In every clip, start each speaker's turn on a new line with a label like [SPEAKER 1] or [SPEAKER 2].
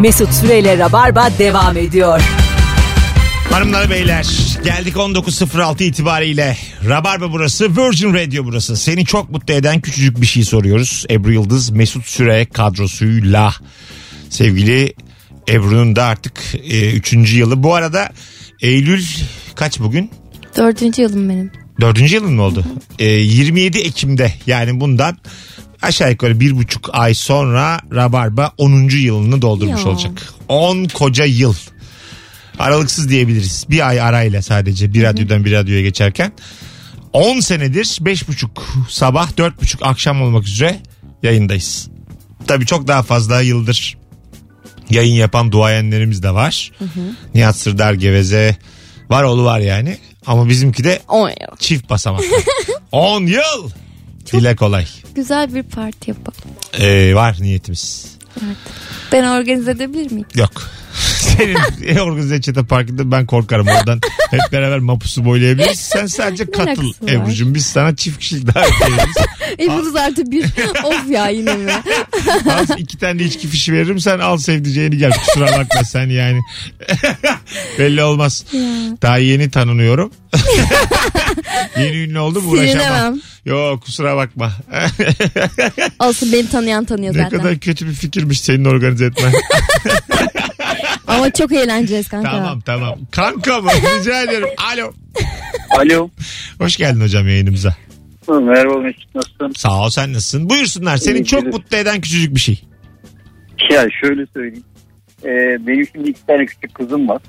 [SPEAKER 1] Mesut Süreyle Rabarba devam ediyor.
[SPEAKER 2] Hanımlar beyler geldik 19.06 itibariyle. Rabarba burası Virgin Radio burası. Seni çok mutlu eden küçücük bir şey soruyoruz. Ebru Yıldız Mesut Süre kadrosuyla. Sevgili Ebru'nun da artık 3. yılı. Bu arada Eylül kaç bugün?
[SPEAKER 3] Dördüncü yılım benim.
[SPEAKER 2] Dördüncü yılın mı oldu? E, 27 Ekim'de yani bundan aşağı yukarı bir buçuk ay sonra Rabarba 10. yılını doldurmuş
[SPEAKER 3] Ya.
[SPEAKER 2] olacak. 10 koca yıl. Aralıksız diyebiliriz. Bir ay arayla sadece bir radyodan bir radyoya geçerken. 10 senedir beş buçuk sabah dört buçuk akşam olmak üzere yayındayız. Tabii çok daha fazla yıldır yayın yapan duayenlerimiz de var. Nihat Sırdar Geveze var oğlu var yani. Ama bizimki de
[SPEAKER 3] On yıl.
[SPEAKER 2] çift basamak. 10 yıl. Dile kolay.
[SPEAKER 3] Güzel bir parti yapalım.
[SPEAKER 2] Ee, var niyetimiz.
[SPEAKER 3] Ben organize edebilir miyim?
[SPEAKER 2] Yok. Senin organize çete parkında ben korkarım oradan. Hep beraber mapusu boylayabiliriz. Sen sadece katıl
[SPEAKER 3] alakası var?
[SPEAKER 2] Ebru'cum. Biz sana çift kişilik davet ederiz.
[SPEAKER 3] Ebru artı E, bir. of ya yine mi?
[SPEAKER 2] Az iki tane de içki fişi veririm. Sen al sevdiceğini gel. Kusura bakma sen yani. Belli olmaz. Daha yeni tanınıyorum. yeni ünlü oldum uğraşamam.
[SPEAKER 3] Sinirlemem.
[SPEAKER 2] Yok kusura bakma.
[SPEAKER 3] Olsun beni tanıyan tanıyor
[SPEAKER 2] ne
[SPEAKER 3] zaten.
[SPEAKER 2] kadar kötü bir fikirmiş senin organize etmen.
[SPEAKER 3] Ama çok eğleneceğiz kanka.
[SPEAKER 2] Tamam tamam. Kanka mı? Rica ederim. Alo.
[SPEAKER 4] Alo.
[SPEAKER 2] Hoş geldin hocam yayınımıza.
[SPEAKER 4] Merhaba Mesut nasılsın?
[SPEAKER 2] Sağ ol sen nasılsın? Buyursunlar. Seni
[SPEAKER 4] İyi,
[SPEAKER 2] çok
[SPEAKER 4] güzel.
[SPEAKER 2] mutlu eden küçücük bir şey.
[SPEAKER 4] Ya şöyle söyleyeyim. Ee, benim şimdi iki tane küçük kızım var.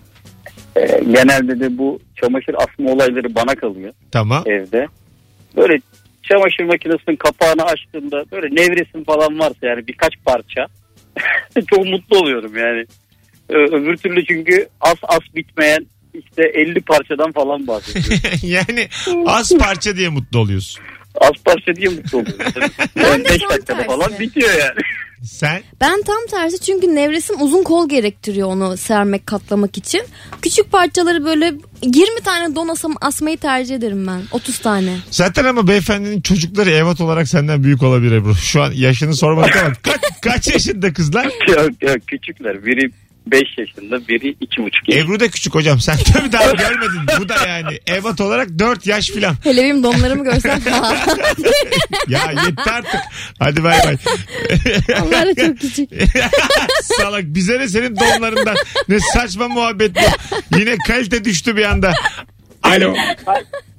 [SPEAKER 4] Ee, genelde de bu çamaşır asma olayları bana kalıyor
[SPEAKER 2] Tamam.
[SPEAKER 4] evde. Böyle çamaşır makinesinin kapağını açtığımda böyle nevresim falan varsa yani birkaç parça çok mutlu oluyorum yani. Ee, öbür türlü çünkü as as bitmeyen işte 50 parçadan falan bahsediyorum.
[SPEAKER 2] yani az parça diye mutlu oluyorsun.
[SPEAKER 4] az parça diye mutlu oluyorum.
[SPEAKER 3] Ben de
[SPEAKER 4] 5
[SPEAKER 3] tam
[SPEAKER 4] dakikada
[SPEAKER 3] tersi.
[SPEAKER 4] falan bitiyor yani.
[SPEAKER 2] Sen
[SPEAKER 3] Ben tam tersi çünkü nevresim uzun kol gerektiriyor onu sermek katlamak için. Küçük parçaları böyle 20 tane don asam, asmayı tercih ederim ben. 30 tane.
[SPEAKER 2] zaten ama beyefendinin çocukları evat olarak senden büyük olabilir Ebru. Şu an yaşını sormadık ama kaç, kaç yaşında kızlar?
[SPEAKER 4] yok yok küçükler. Biri 5 yaşında, biri 2,5 yaşında.
[SPEAKER 2] Ebru da küçük hocam. Sen tabii daha görmedin. Bu da yani evat olarak 4 yaş filan.
[SPEAKER 3] Hele benim donlarımı görsen daha.
[SPEAKER 2] Ya yetti artık. Hadi bay bay.
[SPEAKER 3] Onlar da çok küçük.
[SPEAKER 2] Salak bize ne senin donlarından. Ne saçma muhabbet bu. Yine kalite düştü bir anda. Alo.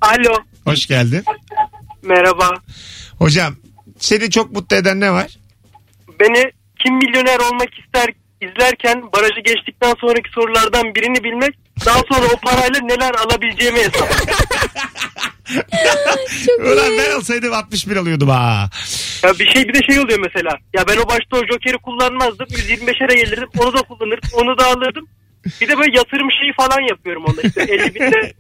[SPEAKER 5] Alo
[SPEAKER 2] Hoş geldin.
[SPEAKER 5] merhaba.
[SPEAKER 2] Hocam seni çok mutlu eden ne var?
[SPEAKER 5] Beni kim milyoner olmak ister izlerken barajı geçtikten sonraki sorulardan birini bilmek daha sonra o parayla neler alabileceğimi hesap.
[SPEAKER 2] Ulan ben olsaydım 61 alıyordum ha.
[SPEAKER 5] Ya bir şey bir de şey oluyor mesela. Ya ben o başta o jokeri kullanmazdım. 125'e gelirdim. Onu da kullanırdım. Onu da alırdım. Bir de böyle yatırım şeyi falan yapıyorum onda. İşte 50 bin de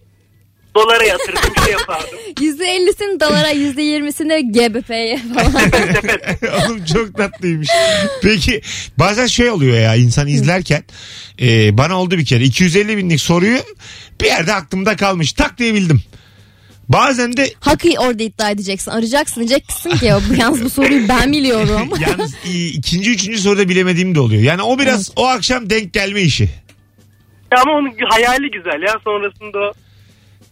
[SPEAKER 5] dolara yatırdım şey yapardım.
[SPEAKER 3] %50'sini dolara %20'sini GBP'ye falan.
[SPEAKER 2] Oğlum çok tatlıymış. Peki bazen şey oluyor ya insan izlerken e, bana oldu bir kere 250 binlik soruyu bir yerde aklımda kalmış tak diye bildim. Bazen de
[SPEAKER 3] Hakkı orada iddia edeceksin. Arayacaksın diyeceksin ki ya bu- yalnız bu soruyu ben biliyorum.
[SPEAKER 2] Yalnız i- ikinci üçüncü soruda bilemediğim de oluyor. Yani o biraz o akşam denk gelme işi.
[SPEAKER 5] Ya ama onun hayali güzel ya. Sonrasında o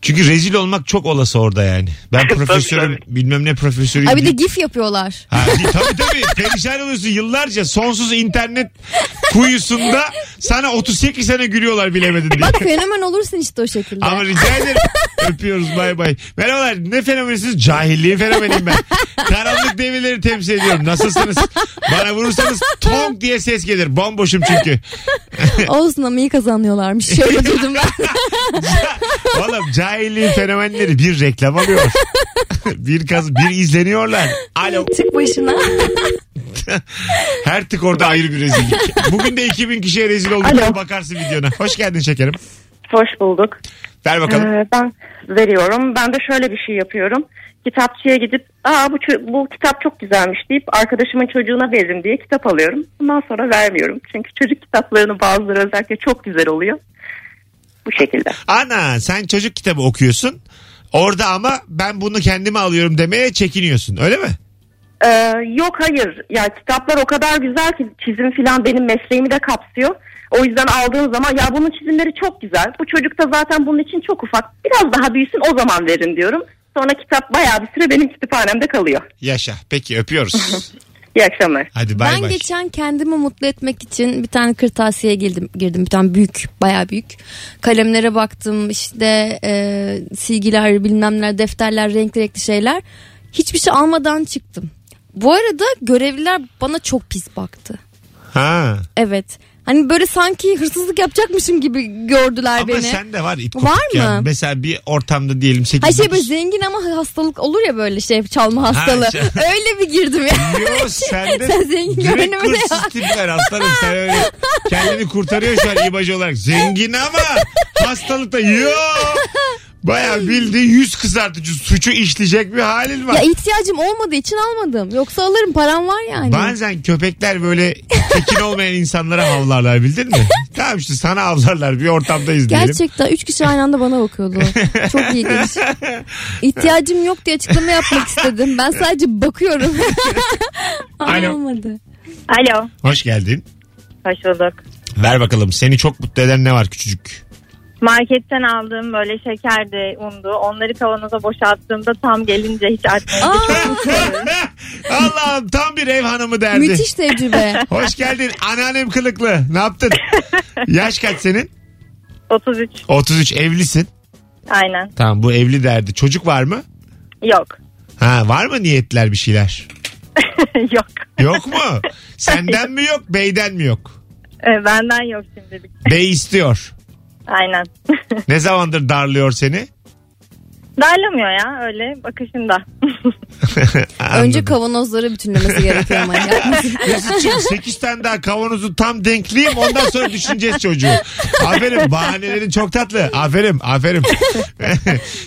[SPEAKER 2] Çünkü rezil olmak çok olası orada yani. Ben
[SPEAKER 5] Tabii,
[SPEAKER 2] profesörüm bilmem ne profesörüyüm.
[SPEAKER 3] Ay bir de
[SPEAKER 2] deyip-
[SPEAKER 3] gif yapıyorlar.
[SPEAKER 2] Ha, bir- tabii tabii perişan oluyorsun yıllarca sonsuz internet kuyusunda sana 38 sene gülüyorlar bilemedin diye.
[SPEAKER 3] Bak fenomen olursun işte o şekilde.
[SPEAKER 2] Ama rica ederim. Öpüyoruz bay bay. Merhabalar ne fenomenisiniz? Cahilliğin fenomeniyim ben. Karanlık devirleri temsil ediyorum. Nasılsınız? Bana vurursanız tong diye ses gelir. Bomboşum çünkü.
[SPEAKER 3] Olsun ama iyi kazanıyorlarmış. Şöyle duydum ben.
[SPEAKER 2] Oğlum cahilliğin fenomenleri bir reklam alıyor. bir kaz bir izleniyorlar. Alo.
[SPEAKER 3] Çık başına.
[SPEAKER 2] Her tık orada ayrı bir rezillik. Bugün de 2000 kişiye rezil olduk.
[SPEAKER 6] Alo.
[SPEAKER 2] Bakarsın videona. Hoş geldin şekerim.
[SPEAKER 6] Hoş bulduk.
[SPEAKER 2] Ver bakalım.
[SPEAKER 6] Ee, ben veriyorum. Ben de şöyle bir şey yapıyorum. Kitapçıya gidip aa bu, çö- bu kitap çok güzelmiş deyip arkadaşımın çocuğuna veririm diye kitap alıyorum. Ondan sonra vermiyorum. Çünkü çocuk kitaplarının bazıları özellikle çok güzel oluyor. Bu şekilde.
[SPEAKER 2] Ana sen çocuk kitabı okuyorsun. Orada ama ben bunu kendime alıyorum demeye çekiniyorsun. Öyle mi?
[SPEAKER 6] Ee, yok hayır. Ya kitaplar o kadar güzel ki çizim filan benim mesleğimi de kapsıyor. O yüzden aldığın zaman ya bunun çizimleri çok güzel. Bu çocuk da zaten bunun için çok ufak. Biraz daha büyüsün o zaman verin diyorum. Sonra kitap bayağı bir süre benim kütüphanemde kalıyor.
[SPEAKER 2] Yaşa. Peki öpüyoruz.
[SPEAKER 6] İyi akşamlar.
[SPEAKER 2] Hadi bay
[SPEAKER 3] ben
[SPEAKER 2] bay.
[SPEAKER 3] geçen kendimi mutlu etmek için bir tane kırtasiyeye girdim. girdim. Bir tane büyük, bayağı büyük. Kalemlere baktım işte e, silgiler, bilmem neler, defterler, renkli renkli şeyler. Hiçbir şey almadan çıktım. Bu arada görevliler bana çok pis baktı.
[SPEAKER 2] Ha.
[SPEAKER 3] Evet. Hani böyle sanki hırsızlık yapacakmışım gibi gördüler
[SPEAKER 2] Ama
[SPEAKER 3] beni.
[SPEAKER 2] sende var ip
[SPEAKER 3] Var
[SPEAKER 2] kopuk ya.
[SPEAKER 3] mı?
[SPEAKER 2] Mesela bir ortamda diyelim 8
[SPEAKER 3] Her şey böyle zengin ama hastalık olur ya böyle şey çalma hastalığı.
[SPEAKER 2] şey-
[SPEAKER 3] Öyle bir girdim ya.
[SPEAKER 2] Yo sende
[SPEAKER 3] Sen zengin
[SPEAKER 2] direkt
[SPEAKER 3] görünümü de
[SPEAKER 2] hırsız tipler aslanım sen öyle kendini kurtarıyor şu an imaj olarak. Zengin ama hastalıkta yo. Baya bildiği yüz kızartıcı suçu işleyecek bir halin var.
[SPEAKER 3] Ya ihtiyacım olmadığı için almadım. Yoksa alırım param var yani.
[SPEAKER 2] Bazen köpekler böyle tekin olmayan insanlara havlarlar bildin mi? tamam işte sana havlarlar bir ortamdayız diyelim.
[SPEAKER 3] Gerçekten üç kişi aynı anda bana bakıyordu. Çok ilginç. İhtiyacım yok diye açıklama yapmak istedim. Ben sadece bakıyorum.
[SPEAKER 2] Alo.
[SPEAKER 3] Alo. Olmadı.
[SPEAKER 7] Alo.
[SPEAKER 2] Hoş geldin.
[SPEAKER 7] Hoş bulduk.
[SPEAKER 2] Ver bakalım seni çok mutlu eden ne var küçücük?
[SPEAKER 7] Marketten aldığım böyle şekerdi, undu. Onları kavanoza boşalttığımda tam gelince hiç açmayınca çok mutlu oluyorum.
[SPEAKER 2] Allah'ım tam bir ev hanımı derdi.
[SPEAKER 3] Müthiş tecrübe.
[SPEAKER 2] Hoş geldin anneannem kılıklı. Ne yaptın? Yaş kaç senin?
[SPEAKER 7] 33.
[SPEAKER 2] 33 evlisin.
[SPEAKER 7] Aynen.
[SPEAKER 2] Tamam bu evli derdi. Çocuk var mı?
[SPEAKER 7] Yok.
[SPEAKER 2] Ha var mı niyetler bir şeyler?
[SPEAKER 7] yok.
[SPEAKER 2] Yok mu? Senden mi yok, beyden mi yok?
[SPEAKER 7] Ee, benden yok şimdilik.
[SPEAKER 2] Bey istiyor.
[SPEAKER 7] Aynen.
[SPEAKER 2] Ne zamandır darlıyor seni?
[SPEAKER 7] Darlamıyor ya öyle bakışında.
[SPEAKER 2] Anladım.
[SPEAKER 3] Önce kavanozları bütünlemesi gerekiyor ama Ee, yapmasın.
[SPEAKER 2] Mesut'cum 8 tane daha kavanozu tam denkleyeyim ondan sonra düşüneceğiz çocuğu. Aferin bahanelerin çok tatlı. Aferin aferin.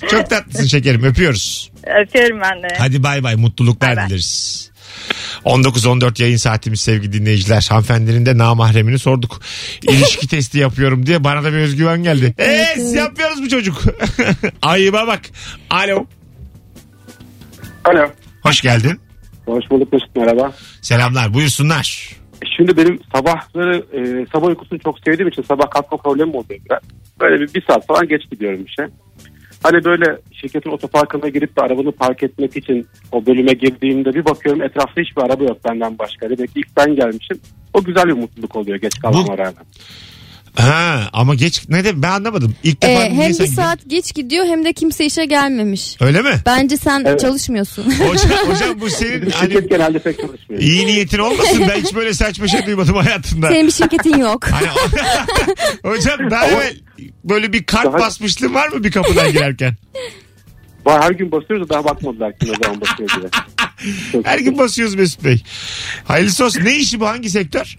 [SPEAKER 2] çok tatlısın şekerim öpüyoruz.
[SPEAKER 7] Öpüyorum ben de.
[SPEAKER 2] Hadi bay bay mutluluklar dileriz. 19-14 yayın saatimiz sevgili dinleyiciler. Hanımefendinin de namahremini sorduk. İlişki testi yapıyorum diye bana da bir özgüven geldi. Eee siz yapmıyoruz mu çocuk? Ayıba bak. Alo.
[SPEAKER 8] Alo.
[SPEAKER 2] Hoş geldin.
[SPEAKER 8] Hoş bulduk Mesut merhaba. E,
[SPEAKER 2] Selamlar buyursunlar.
[SPEAKER 8] Şimdi benim sabahları e, sabah uykusunu çok sevdiğim için sabah kalkma problemim oluyor biraz. Böyle bir, bir saat falan geç gidiyorum işe. Hani böyle şirketin otoparkına girip de arabanı park etmek için o bölüme girdiğimde bir bakıyorum etrafta hiçbir araba yok benden başka. Demek ki ilk ben gelmişim. O güzel bir mutluluk oluyor geç kalmama rağmen.
[SPEAKER 2] Ha ama geç ne de ben anlamadım. İlk
[SPEAKER 3] Ee,
[SPEAKER 2] defa niye
[SPEAKER 3] hem
[SPEAKER 2] sen-
[SPEAKER 3] bir saat geç gidiyor hem de kimse işe gelmemiş.
[SPEAKER 2] Öyle mi?
[SPEAKER 3] Bence sen
[SPEAKER 8] Evet.
[SPEAKER 3] çalışmıyorsun.
[SPEAKER 2] Hocam, hocam bu senin
[SPEAKER 8] Bizim
[SPEAKER 2] hani
[SPEAKER 8] şirket genelde pek çalışmıyor.
[SPEAKER 2] iyi niyetin olmasın. Ben hiç böyle saçma şey duymadım hayatımda.
[SPEAKER 3] Senin bir şirketin yok.
[SPEAKER 2] Hani o- hocam daha evvel böyle bir kart
[SPEAKER 8] Daha-
[SPEAKER 2] basmışlığın var mı bir kapıdan girerken?
[SPEAKER 8] Var her gün basıyoruz da daha bakmadılar kim ne zaman basıyor diye. Çok-
[SPEAKER 2] Her gün basıyoruz Mesut Bey. Hayırlısı olsun. Ne işi bu? Hangi sektör?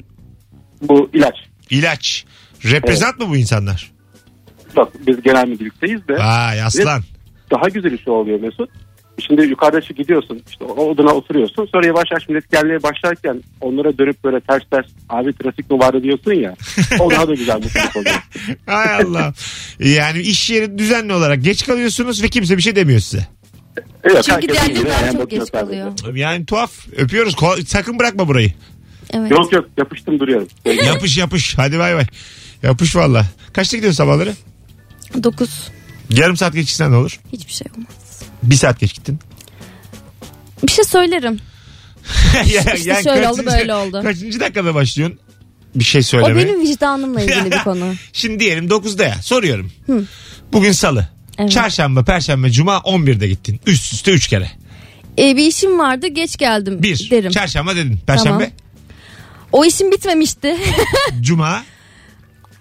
[SPEAKER 8] Bu ilaç.
[SPEAKER 2] İlaç. Reprezent mi bu insanlar?
[SPEAKER 8] Bak, biz genel müdürlükteyiz de.
[SPEAKER 2] Vay aslan.
[SPEAKER 8] daha güzel işi oluyor Mesut. Şimdi yukarıda şu gidiyorsun işte o odana oturuyorsun sonra yavaş yavaş millet gelmeye başlarken onlara dönüp böyle ters ters abi trafik mi vardı diyorsun ya o daha da güzel mutluluk oluyor.
[SPEAKER 2] Hay Allah. Yani iş yeri düzenli olarak geç kalıyorsunuz ve kimse bir şey demiyor size.
[SPEAKER 8] Evet,
[SPEAKER 3] Çünkü
[SPEAKER 8] herkes
[SPEAKER 3] diğer
[SPEAKER 8] birbirine
[SPEAKER 3] günler
[SPEAKER 8] ayağına
[SPEAKER 3] çok
[SPEAKER 8] bakıyor
[SPEAKER 3] geç
[SPEAKER 8] sadece.
[SPEAKER 3] kalıyor.
[SPEAKER 2] Yani tuhaf. Öpüyoruz. Ko- Sakın bırakma burayı.
[SPEAKER 3] Evet.
[SPEAKER 8] Yok yok yapıştım duruyorum.
[SPEAKER 2] Yapış yapış. Hadi bay bay. Yapış valla. Kaçta gidiyorsun sabahları?
[SPEAKER 3] 9.
[SPEAKER 2] Yarım saat geç gitsen ne olur?
[SPEAKER 3] Hiçbir şey olmaz.
[SPEAKER 2] Bir saat geç gittin.
[SPEAKER 3] Bir şey söylerim.
[SPEAKER 2] Ya-
[SPEAKER 3] İşte şöyle oldu,
[SPEAKER 2] kaçıncı-
[SPEAKER 3] böyle oldu.
[SPEAKER 2] Kaçıncı dakikada başlıyorsun? Bir şey
[SPEAKER 3] O
[SPEAKER 2] söyleme.
[SPEAKER 3] benim vicdanımla ilgili bir konu.
[SPEAKER 2] Şimdi diyelim 9'da ya. Soruyorum. Bugün salı.
[SPEAKER 3] Evet.
[SPEAKER 2] Çarşamba, perşembe, cuma 11'de gittin. Üst üste 3 kere.
[SPEAKER 3] E, bir işim vardı geç geldim
[SPEAKER 2] 1.
[SPEAKER 3] derim.
[SPEAKER 2] Çarşamba dedin. Perşembe,
[SPEAKER 3] O işim bitmemişti.
[SPEAKER 2] cuma.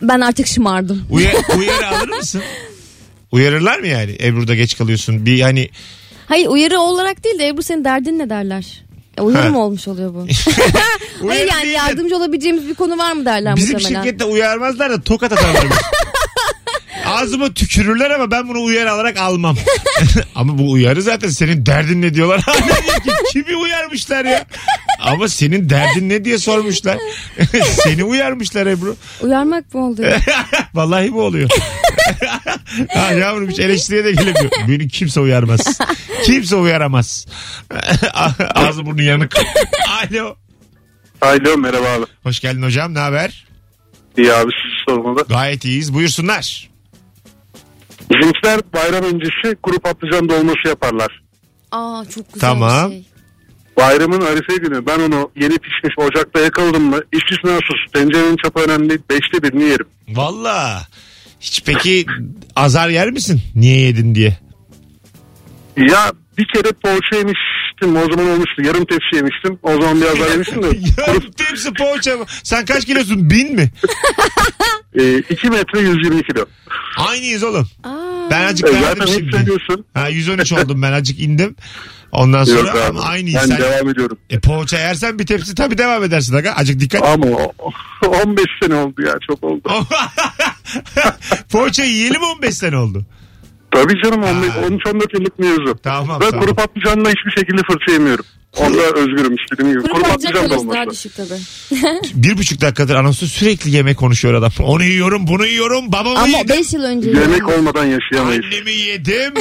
[SPEAKER 3] ben artık şımardım.
[SPEAKER 2] Uya- uyarı alır mısın? Uyarırlar mı yani? Ebru'da geç kalıyorsun. Bir hani
[SPEAKER 3] Hayır uyarı olarak değil de Ebru senin derdin ne derler. E,
[SPEAKER 2] Ha.
[SPEAKER 3] uyarı mı olmuş oluyor bu?
[SPEAKER 2] uyarı
[SPEAKER 3] Hayır yani
[SPEAKER 2] değil de
[SPEAKER 3] yardımcı olabileceğimiz bir konu var mı derler
[SPEAKER 2] Bizim
[SPEAKER 3] muhtemelen.
[SPEAKER 2] şirkette uyarmazlar da tokat atarlar. Ağzıma tükürürler ama ben bunu uyarı alarak almam. ama bu uyarı zaten senin derdin ne diyorlar. Kimi uyarmışlar ya? Ama senin derdin ne diye sormuşlar. Seni uyarmışlar Ebru.
[SPEAKER 3] Uyarmak mı oldu?
[SPEAKER 2] Vallahi bu oluyor. Ha, yavrum hiç eleştiriye de gelemiyor. Beni kimse uyarmaz. Kimse uyaramaz. Ağzı burnu yanık. Alo.
[SPEAKER 8] Alo merhaba abi.
[SPEAKER 2] Hoş geldin hocam. Ne haber?
[SPEAKER 8] İyi abi sizi sormalı.
[SPEAKER 2] Gayet iyiyiz. Buyursunlar.
[SPEAKER 8] Bizimkiler bayram öncesi kuru patlıcan dolması yaparlar.
[SPEAKER 3] Aa çok güzel
[SPEAKER 2] Tamam.
[SPEAKER 3] bir şey.
[SPEAKER 8] Bayramın arife günü ben onu yeni pişmiş ocakta yakaladım mı istisnasız tencerenin çapı önemli değil, beşte birini yerim.
[SPEAKER 2] Valla. Hiç peki azar yer misin? Niye yedin diye.
[SPEAKER 8] Ya bir kere poğaça yemiştim o zaman olmuştu yarım tepsi yemiştim o zaman biraz daha yemiştim de
[SPEAKER 2] ya
[SPEAKER 8] kuru,
[SPEAKER 2] hepsi poğaça. mı? Sen kaç kilosun? Bin mi?
[SPEAKER 8] e, 2 metre 120 kilo.
[SPEAKER 2] Aynıyız oğlum.
[SPEAKER 3] Aa,
[SPEAKER 2] Ben azıcık
[SPEAKER 8] E,
[SPEAKER 2] verdim
[SPEAKER 8] zaten hep
[SPEAKER 2] şimdi.
[SPEAKER 8] söylüyorsun.
[SPEAKER 2] Ha, 113 oldum ben azıcık indim. Ondan sonra
[SPEAKER 8] Yok abi
[SPEAKER 2] ama aynı
[SPEAKER 8] ben
[SPEAKER 2] insan.
[SPEAKER 8] devam ediyorum.
[SPEAKER 2] E, poğaça yersen bir tepsi tabii devam edersin. Aga. Azıcık dikkat.
[SPEAKER 8] Ama o- 15 sene oldu ya çok oldu.
[SPEAKER 2] poğaça yiyelim 15 sene oldu.
[SPEAKER 8] Tabii canım
[SPEAKER 2] Ha.
[SPEAKER 8] 13-14 yıllık mevzu.
[SPEAKER 2] Tamam,
[SPEAKER 8] Ben
[SPEAKER 2] tamam.
[SPEAKER 8] kuru patlıcanla hiçbir şekilde fırça yemiyorum. Onda özgürüm istediğim gibi.
[SPEAKER 3] Kuru patlıcan kalorisi daha
[SPEAKER 8] dolması.
[SPEAKER 3] düşük tabii.
[SPEAKER 2] Bir buçuk dakikadır anonsu sürekli yemek konuşuyor adam. Onu yiyorum bunu yiyorum babamı
[SPEAKER 3] Ama
[SPEAKER 2] yedim.
[SPEAKER 3] 5 yıl önce.
[SPEAKER 8] Yemek olmadan yaşayamayız.
[SPEAKER 2] Annemi yedim.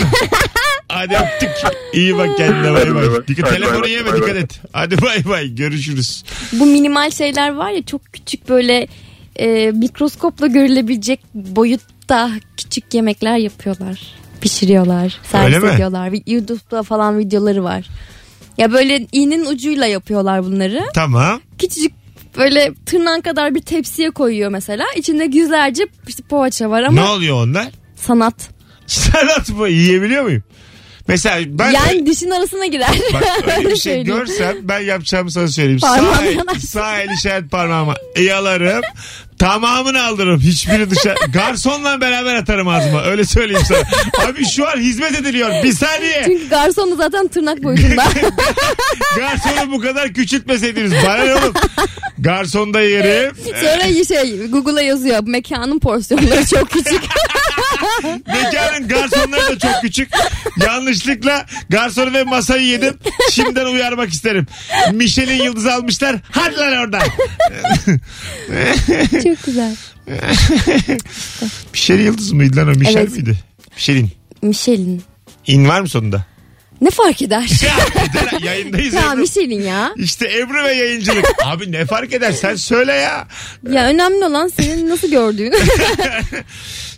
[SPEAKER 2] Hadi yaptık. İyi bak kendine
[SPEAKER 8] Hadi bay
[SPEAKER 2] bay bay.
[SPEAKER 8] bay.
[SPEAKER 2] Dikkat
[SPEAKER 8] Bay
[SPEAKER 2] telefonu
[SPEAKER 8] bay,
[SPEAKER 2] yeme
[SPEAKER 8] bay
[SPEAKER 2] dikkat
[SPEAKER 8] bay.
[SPEAKER 2] et. Hadi bay bay görüşürüz.
[SPEAKER 3] Bu minimal şeyler var ya çok küçük böyle e, mikroskopla görülebilecek boyutta küçük yemekler yapıyorlar. Pişiriyorlar, servis
[SPEAKER 2] Öyle mi?
[SPEAKER 3] ediyorlar. Vi- YouTube'da falan videoları var. Ya böyle iğnenin ucuyla yapıyorlar bunları.
[SPEAKER 2] Tamam.
[SPEAKER 3] Küçücük böyle tırnağın kadar bir tepsiye koyuyor mesela. İçinde yüzlerce işte poğaça var ama
[SPEAKER 2] Ne oluyor onlar?
[SPEAKER 3] sanat.
[SPEAKER 2] Sanat mı? Yiyebiliyor muyum? Mesela ben
[SPEAKER 3] yani dişin arasına girer.
[SPEAKER 2] Bak öyle bir şey
[SPEAKER 3] Söyleyeyim.
[SPEAKER 2] görsem ben yapacağımı sana söyleyeyim. Sağ,
[SPEAKER 3] Parmağını
[SPEAKER 2] el-
[SPEAKER 3] yalarsın.
[SPEAKER 2] sağ el işaret parmağıma yalarım. Tamamını alırım. Hiçbiri dışarı. Garsonla beraber atarım ağzıma. Öyle söyleyeyim sana. Abi şu an hizmet ediliyor. Bir saniye.
[SPEAKER 3] Çünkü garson da zaten tırnak boyutunda.
[SPEAKER 2] Garsonu bu kadar küçültmeseydiniz. Bana ne oğlum? Garson da Ee, yerim.
[SPEAKER 3] Sonra şey Google'a yazıyor mekanın porsiyonları çok küçük.
[SPEAKER 2] Mekanın garsonları da çok küçük. Yanlışlıkla garsonu ve masayı yedim. Şimdiden uyarmak isterim. Michelin yıldızı almışlar. Hadi lan oradan.
[SPEAKER 3] çok güzel.
[SPEAKER 2] Pişeri yıldız mıydı lan o? Mişel
[SPEAKER 3] Evet.
[SPEAKER 2] miydi? Pişerin.
[SPEAKER 3] Michelin.
[SPEAKER 2] İn var mı sonunda?
[SPEAKER 3] Ne fark eder?
[SPEAKER 2] Ya, bir de yayındayız.
[SPEAKER 3] ya
[SPEAKER 2] Ebru.
[SPEAKER 3] Michelin ya.
[SPEAKER 2] İşte Ebru ve yayıncılık. Abi ne fark eder sen söyle ya.
[SPEAKER 3] Ya önemli olan senin nasıl gördüğün.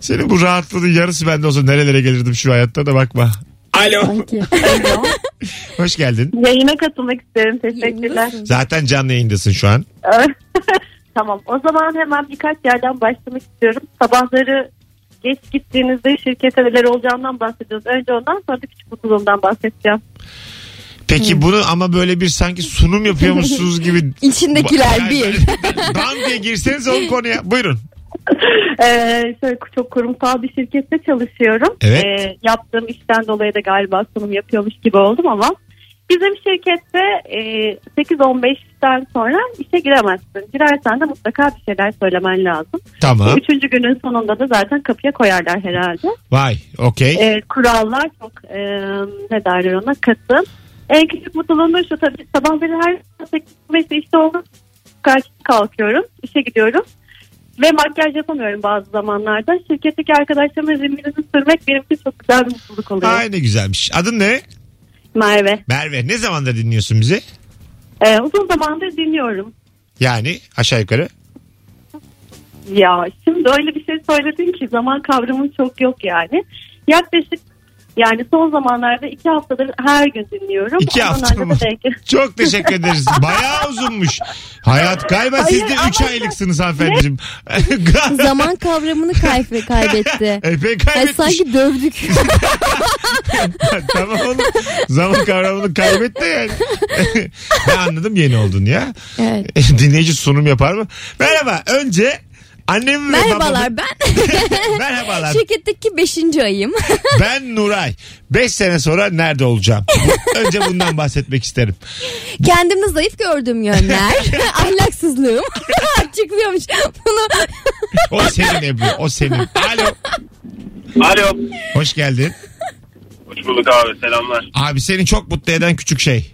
[SPEAKER 2] Senin bu rahatlığının yarısı bende olsa nerelere gelirdim şu hayatta da bakma. Alo. Hoş geldin.
[SPEAKER 7] Yayına katılmak isterim. Teşekkürler.
[SPEAKER 3] Yayındasın.
[SPEAKER 2] Zaten canlı yayındasın şu an.
[SPEAKER 7] tamam. O zaman hemen birkaç yerden başlamak istiyorum. Sabahları geç gittiğinizde şirkete neler olacağından bahsediyoruz. Önce ondan sonra da küçük mutluluğumdan bahsedeceğim.
[SPEAKER 2] Peki bunu ama böyle bir sanki sunum yapıyormuşsunuz gibi.
[SPEAKER 3] İçindekiler
[SPEAKER 2] Yani
[SPEAKER 3] bir.
[SPEAKER 2] böyle Bam diye girseniz o konuya. Buyurun.
[SPEAKER 7] Ee, şöyle çok kurumsal bir şirkette çalışıyorum.
[SPEAKER 2] Evet.
[SPEAKER 7] Ee, yaptığım işten dolayı da galiba sunum yapıyormuş gibi oldum ama bizim şirkette e, 8-15'ten sonra işe giremezsin. Girersen de mutlaka bir şeyler söylemen lazım.
[SPEAKER 2] Tamam.
[SPEAKER 7] Üçüncü günün sonunda da zaten kapıya koyarlar herhalde.
[SPEAKER 2] Vay. Okey.
[SPEAKER 7] E, kurallar çok e, ne derler ona katı. En küçük mutluluğum da şu tabii sabahları her saat 8.05'te işte oldum. Karşı kalkıyorum işe gidiyorum. Ve makyaj yapamıyorum bazı zamanlarda. Şirketteki arkadaşlarımın rimlerini sürmek benim için çok güzel bir mutluluk oluyor.
[SPEAKER 2] Ay ne güzelmiş. Adın ne?
[SPEAKER 7] Merve.
[SPEAKER 2] Merve. Ne zamandır dinliyorsun bizi?
[SPEAKER 7] E, uzun zamandır dinliyorum.
[SPEAKER 2] Yani aşağı yukarı.
[SPEAKER 7] Ya şimdi öyle bir şey söyledin ki zaman kavramı çok yok yani. Yaklaşık yani son zamanlarda iki haftadır her gün dinliyorum.
[SPEAKER 2] İki
[SPEAKER 7] Ondan
[SPEAKER 2] hafta
[SPEAKER 7] önce de
[SPEAKER 2] mı?
[SPEAKER 7] belki-
[SPEAKER 2] Çok teşekkür ederiz. Bayağı uzunmuş. Hayat galiba siz de
[SPEAKER 7] Hayır,
[SPEAKER 2] 3
[SPEAKER 7] ama-
[SPEAKER 2] aylıksınız hanımefendiciğim.
[SPEAKER 3] Zaman kavramını kay- kaybetti.
[SPEAKER 2] Epey
[SPEAKER 3] Ya
[SPEAKER 2] E, kaybetmiş.
[SPEAKER 3] sanki dövdük.
[SPEAKER 2] tamam oğlum. Zaman kavramını kaybetti yani. ben anladım yeni oldun ya.
[SPEAKER 3] Evet.
[SPEAKER 2] Dinleyici sunum yapar mı? Merhaba. Önce annem ve babamın-
[SPEAKER 3] Merhabalar ben
[SPEAKER 2] Merhabalar.
[SPEAKER 3] şirketteki 5. ayım.
[SPEAKER 2] Ben Nuray. 5 sene sonra nerede olacağım? Önce bundan bahsetmek isterim.
[SPEAKER 3] Kendimde zayıf gördüğüm yönler. Ahlaksızlığım. Açıklıyormuş. Bunu
[SPEAKER 2] O senin Ebru. O senin. Alo.
[SPEAKER 5] Alo.
[SPEAKER 2] Hoş geldin.
[SPEAKER 5] Hoş bulduk abi selamlar.
[SPEAKER 2] Abi seni çok mutlu eden küçük şey.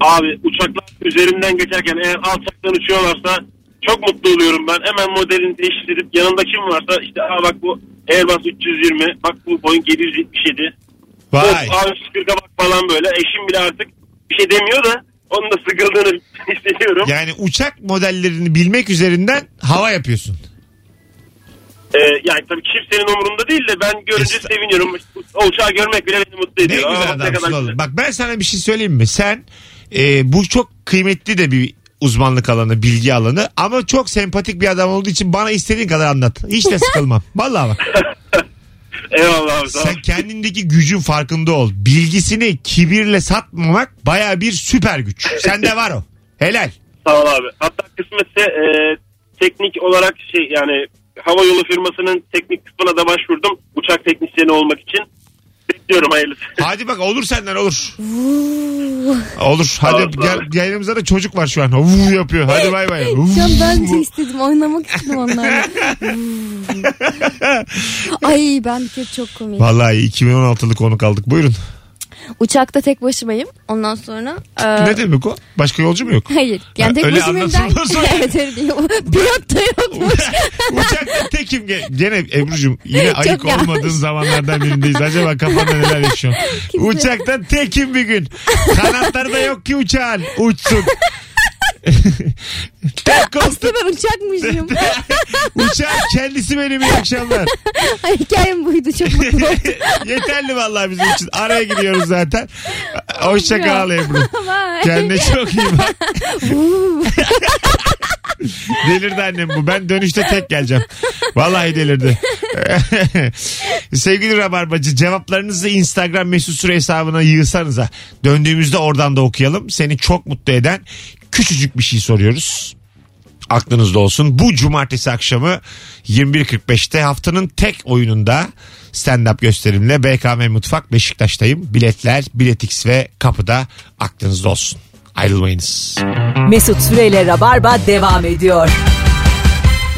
[SPEAKER 5] Abi uçaklar üzerimden geçerken eğer alçaktan uçuyorlarsa Çok mutlu oluyorum ben. Hemen modelini değiştirip yanında kim varsa işte aa bak bu Airbus 320, bak bu Boeing 777.
[SPEAKER 2] Vay.
[SPEAKER 5] Of, abi şükür bak falan böyle. Eşim bile artık bir şey demiyor da onun da sıkıldığını hissediyorum.
[SPEAKER 2] Yani uçak modellerini bilmek üzerinden hava yapıyorsun.
[SPEAKER 5] Ee, yani tabii kimsenin umurunda değil de ben görünce
[SPEAKER 2] Estağ-
[SPEAKER 5] seviniyorum. O uçağı görmek bile beni mutlu
[SPEAKER 2] Ne
[SPEAKER 5] ediyor. Aa,
[SPEAKER 2] güzel
[SPEAKER 5] bak ne
[SPEAKER 2] adamsın
[SPEAKER 5] kadar
[SPEAKER 2] oğlum. Bak ben sana bir şey söyleyeyim mi? Sen e, bu çok kıymetli de bir uzmanlık alanı, bilgi alanı ama çok sempatik bir adam olduğu için bana istediğin kadar anlat. Hiç de sıkılmam. Vallahi bak.
[SPEAKER 5] Eyvallah abi. sağ ol.
[SPEAKER 2] Sen kendindeki gücün farkında ol. Bilgisini kibirle satmamak baya bir süper güç. Sende var o. Helal.
[SPEAKER 5] Sağ ol abi. Hatta kısmetse e, teknik olarak şey yani hava yolu firmasının teknik kısmına da başvurdum. Uçak teknisyeni olmak için. Bekliyorum hayırlısı.
[SPEAKER 2] Hadi bak olur senden olur. Olur. Hadi
[SPEAKER 5] Tamam,
[SPEAKER 2] gel,
[SPEAKER 5] tamam.
[SPEAKER 2] yayınımızda da çocuk var şu an. Vuu yapıyor. Hadi bay bay. Vuu.
[SPEAKER 3] Can ben de istedim oynamak istedim onlarla. Ay ben bir kere çok komik.
[SPEAKER 2] Vallahi 2016'lı konu kaldık. Buyurun.
[SPEAKER 3] Uçakta tek başımayım. Ondan sonra e,
[SPEAKER 2] Ne demek o? Başka yolcu mu yok?
[SPEAKER 3] Hayır. Yani
[SPEAKER 2] Ha,
[SPEAKER 3] tek
[SPEAKER 2] öyle
[SPEAKER 3] başımayım der.
[SPEAKER 2] anlatılmaz o.
[SPEAKER 3] evet öyle değil. Pilot da yokmuş.
[SPEAKER 2] Uçakta tekim. Ge- Gene Ebru'cum yine
[SPEAKER 3] Çok
[SPEAKER 2] ayık
[SPEAKER 3] yanlış.
[SPEAKER 2] olmadığın zamanlardan birindeyiz. Acaba kafanda neler yaşıyorsun?
[SPEAKER 3] Kimse-
[SPEAKER 2] Uçakta tekim bir gün. Kanatları da yok ki uçağın. Uçsun. Tek koltuk.
[SPEAKER 3] Aslında ben uçakmışım.
[SPEAKER 2] Uçağın kendisi benim iyi akşamlar.
[SPEAKER 3] Ay, Hikayem buydu çok mutlu oldum.
[SPEAKER 2] Yeterli vallahi bizim için. Araya gidiyoruz zaten. Hoşça kal Ebru.
[SPEAKER 3] Bye.
[SPEAKER 2] Kendine çok iyi bak. delirdi annem bu. Ben dönüşte tek geleceğim. Vallahi delirdi. Sevgili Rabarbacı cevaplarınızı Instagram mesut süre hesabına yığsanıza. Döndüğümüzde oradan da okuyalım. Seni çok mutlu eden küçücük bir şey soruyoruz aklınızda olsun. Bu cumartesi akşamı 21.45'te haftanın tek oyununda stand-up gösterimle BKM Mutfak Beşiktaş'tayım. Biletler, biletix ve kapıda aklınızda olsun. Ayrılmayınız.
[SPEAKER 1] Mesut Süreyle Rabarba devam ediyor.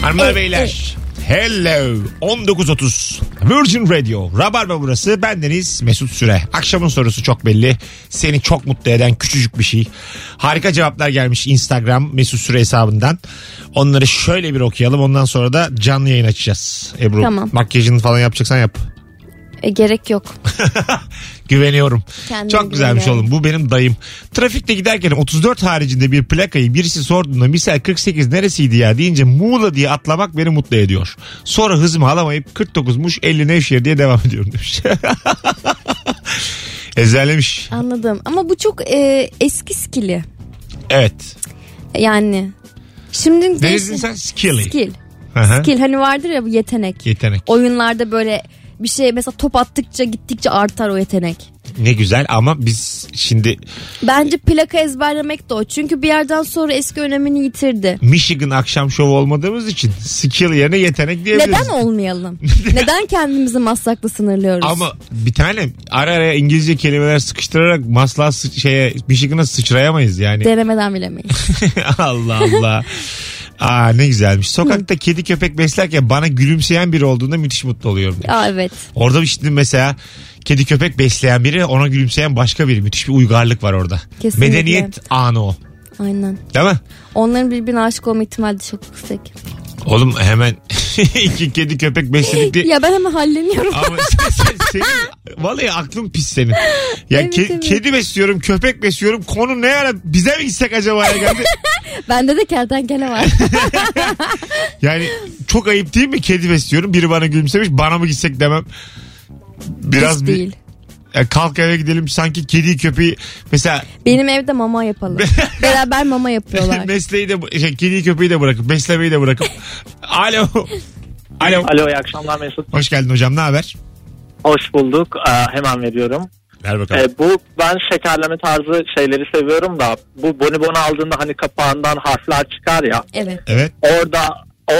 [SPEAKER 2] Hanımlar beyler. Hello. 19.30 Virgin Radio. Rabarba burası. Bendeniz Mesut Süre. Akşamın sorusu çok belli. Seni çok mutlu eden küçücük bir şey. Harika cevaplar gelmiş Instagram Mesut Süre hesabından. Onları şöyle bir okuyalım. Ondan sonra da canlı yayın açacağız. Ebru
[SPEAKER 3] Tamam.
[SPEAKER 2] makyajını falan yapacaksan yap.
[SPEAKER 3] E, gerek yok.
[SPEAKER 2] Güveniyorum.
[SPEAKER 3] Kendime
[SPEAKER 2] Çok güzelmiş
[SPEAKER 3] güveniyorum.
[SPEAKER 2] oğlum. Bu benim dayım. Trafikte giderken 34 haricinde bir plakayı birisi sorduğunda misal 48 neresiydi ya deyince Muğla diye atlamak beni mutlu ediyor. Sonra hızımı alamayıp 49'muş 50 Nevşehir diye devam ediyorum demiş. Ezberlemiş.
[SPEAKER 3] Anladım. Ama bu çok e, eski skili.
[SPEAKER 2] Evet.
[SPEAKER 3] Yani. Şimdi
[SPEAKER 2] Deniz'in sen skilly.
[SPEAKER 3] Skill.
[SPEAKER 2] Hı hı.
[SPEAKER 3] Skill. Hani vardır ya bu yetenek.
[SPEAKER 2] Yetenek.
[SPEAKER 3] Oyunlarda böyle bir şey mesela top attıkça gittikçe artar o yetenek.
[SPEAKER 2] Ne güzel ama biz şimdi
[SPEAKER 3] Bence plaka ezberlemek de o. Çünkü bir yerden sonra eski önemini yitirdi.
[SPEAKER 2] Michigan akşam şovu olmadığımız için skill yerine yetenek diyebiliriz.
[SPEAKER 3] Neden olmayalım? Neden kendimizi maslakla sınırlıyoruz?
[SPEAKER 2] Ama bir tane ara ara İngilizce kelimeler sıkıştırarak maslağa sı- şeye Michigan'a sıçrayamayız yani.
[SPEAKER 3] Denemeden bilemeyiz.
[SPEAKER 2] Allah Allah. Aa ne güzelmiş. Sokakta kedi köpek beslerken bana gülümseyen biri olduğunda müthiş mutlu oluyorum.
[SPEAKER 3] Aa, evet.
[SPEAKER 2] Orada şimdi mesela kedi köpek besleyen biri ona gülümseyen başka biri. Müthiş bir uygarlık var orada.
[SPEAKER 3] Kesinlikle.
[SPEAKER 2] Medeniyet anı o.
[SPEAKER 3] Aynen.
[SPEAKER 2] Değil mi?
[SPEAKER 3] Onların birbirine aşık olma ihtimali de çok yüksek.
[SPEAKER 2] Oğlum hemen iki kedi köpek besledik diye
[SPEAKER 3] Ya ben hemen halleniyorum.
[SPEAKER 2] Ama sen, sen, senin, vallahi aklın pis senin. Ya ke-
[SPEAKER 3] evet.
[SPEAKER 2] kedi besliyorum, köpek besliyorum. Konu ne ara bize mi gitsek acaba ya geldi?
[SPEAKER 3] Bende de kertenkele var.
[SPEAKER 2] Yani çok ayıp değil mi? Kedi besliyorum. Biri bana gülümsemiş. Bana mı gitsek demem. Biraz
[SPEAKER 3] Hiç
[SPEAKER 2] bir
[SPEAKER 3] değil.
[SPEAKER 2] Ya kalk eve gidelim sanki kedi köpeği mesela
[SPEAKER 3] Benim evde mama yapalım. Beraber mama yapıyorlar.
[SPEAKER 2] mesleği de şey, kedi köpeği de bırakıp beslemeyi de bırakıp alo alo
[SPEAKER 9] Alo iyi akşamlar Mesut.
[SPEAKER 2] hoş geldin hocam ne haber
[SPEAKER 9] Hoş bulduk. Ee, hemen veriyorum.
[SPEAKER 2] ver bakalım
[SPEAKER 9] Ee, bu ben şekerleme tarzı şeyleri seviyorum da bu bonibonu aldığında hani kapağından harfler çıkar ya.
[SPEAKER 3] Evet.
[SPEAKER 2] evet
[SPEAKER 9] Orada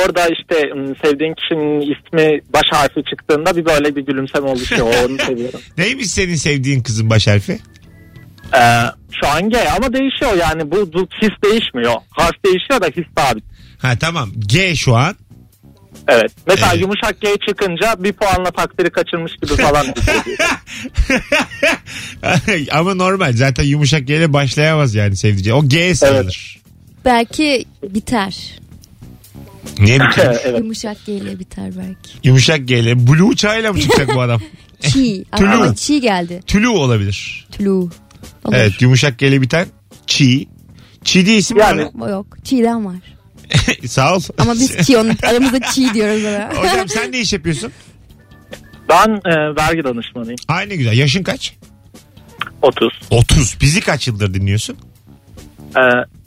[SPEAKER 9] orada işte ım, sevdiğin kişinin ismi baş harfi çıktığında bir böyle bir gülümseme oluşuyor. Onu seviyorum.
[SPEAKER 2] neymiş senin sevdiğin kızın baş harfi
[SPEAKER 9] Ee, şu an gay ama değişiyor yani bu, bu his değişmiyor. Harf değişiyor da his sabit.
[SPEAKER 2] ha tamam G şu an
[SPEAKER 9] Evet. Mesela
[SPEAKER 2] Evet.
[SPEAKER 9] yumuşak gay çıkınca bir puanla takdiri kaçırmış gibi falan.
[SPEAKER 2] Ama normal zaten yumuşak G ile başlayamaz yani sevdice. O G sayılır.
[SPEAKER 3] Belki biter.
[SPEAKER 2] Niye bitiyor?
[SPEAKER 9] evet.
[SPEAKER 3] Yumuşak G ile biter belki.
[SPEAKER 2] Yumuşak G'yle. Blue uçağıyla mı çıkacak bu adam?
[SPEAKER 3] Çiğ.
[SPEAKER 2] Tülü.
[SPEAKER 3] Ama çiğ geldi.
[SPEAKER 2] Tulu olabilir.
[SPEAKER 3] Tülü. Olur.
[SPEAKER 2] Evet yumuşak G'yle biten çiğ. Çiğ diye isim var mı?
[SPEAKER 3] Ama Yok. Çiğden var.
[SPEAKER 2] Sağ ol.
[SPEAKER 3] Ama biz çiğ onun aramızda çiğ diyoruz ona.
[SPEAKER 2] Hocam sen ne iş yapıyorsun?
[SPEAKER 9] Ben e, vergi danışmanıyım.
[SPEAKER 2] Aynı güzel. Yaşın kaç?
[SPEAKER 9] 30.
[SPEAKER 2] 30. Bizi kaç yıldır dinliyorsun?
[SPEAKER 9] E,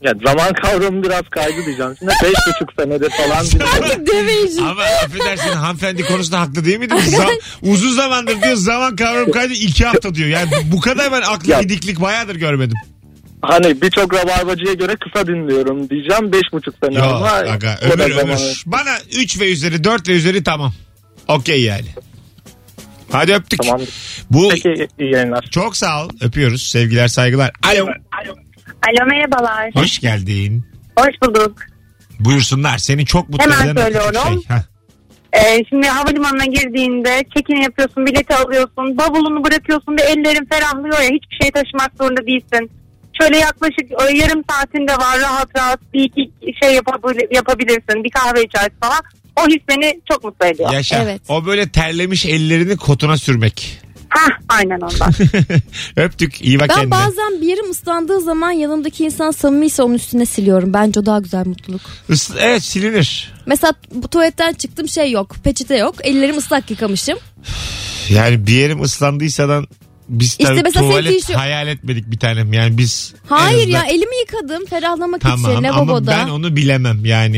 [SPEAKER 9] ya zaman kavramı biraz kaydı diyeceğim. Şimdi 5,5 senedir falan dinliyorum.
[SPEAKER 3] Demeyici.
[SPEAKER 2] Ama affedersin hanımefendi konusunda haklı değil miydin? Zam- uzun zamandır diyor zaman kavramı kaydı iki hafta diyor. Yani bu kadar ben aklı
[SPEAKER 9] Ya.
[SPEAKER 2] gidiklik bayağıdır görmedim.
[SPEAKER 9] Hani birçok rabarbacıya göre kısa dinliyorum diyeceğim. 5,5 sene
[SPEAKER 2] Yo,
[SPEAKER 9] ama.
[SPEAKER 2] aga,
[SPEAKER 9] o da
[SPEAKER 2] ömür
[SPEAKER 9] zaman-
[SPEAKER 2] ömür. Bana 3 ve üzeri 4 ve üzeri tamam. Okey yani. Hadi öptük.
[SPEAKER 9] Tamam.
[SPEAKER 2] Bu
[SPEAKER 9] Peki iyi yayınlar.
[SPEAKER 2] çok sağ ol. Öpüyoruz. Sevgiler saygılar. Alo.
[SPEAKER 7] Alo merhabalar.
[SPEAKER 2] Hoş geldin.
[SPEAKER 7] Hoş bulduk.
[SPEAKER 2] Buyursunlar. Seni çok mutlu
[SPEAKER 7] Hemen
[SPEAKER 2] eden o küçük
[SPEAKER 7] söylüyorum.
[SPEAKER 2] Şey. Heh.
[SPEAKER 7] Ee, şimdi havalimanına girdiğinde check-in yapıyorsun, bileti alıyorsun, bavulunu bırakıyorsun ve ellerin ferahlıyor ya hiçbir şey taşımak zorunda değilsin. Şöyle yaklaşık e, yarım saatinde var rahat rahat bir iki şey yapabil- yapabilirsin, bir kahve içersin falan. O his beni çok mutlu ediyor.
[SPEAKER 2] Yaşa.
[SPEAKER 3] Evet.
[SPEAKER 2] O böyle terlemiş ellerini kotuna sürmek.
[SPEAKER 7] Hah aynen ondan.
[SPEAKER 2] Öptük. İyi bak
[SPEAKER 3] Ben
[SPEAKER 2] kendine.
[SPEAKER 3] bazen bir yerim ıslandığı zaman yanımdaki insan samimiyse onun üstüne siliyorum. Bence o daha güzel mutluluk.
[SPEAKER 2] Is- evet silinir.
[SPEAKER 3] Mesela bu tuvaletten çıktım şey yok. Peçete yok. Ellerim ıslak yıkamışım.
[SPEAKER 2] Yani bir yerim ıslandıysadan biz
[SPEAKER 3] İşte
[SPEAKER 2] tabii
[SPEAKER 3] mesela
[SPEAKER 2] tuvalet
[SPEAKER 3] sevdiği şu-
[SPEAKER 2] hayal etmedik bir tanem. Yani biz en
[SPEAKER 3] Hayır
[SPEAKER 2] azından-
[SPEAKER 3] ya şey, elimi yıkadım ferahlamak için
[SPEAKER 2] Tamam ama
[SPEAKER 3] lavaboda.
[SPEAKER 2] ben onu bilemem yani.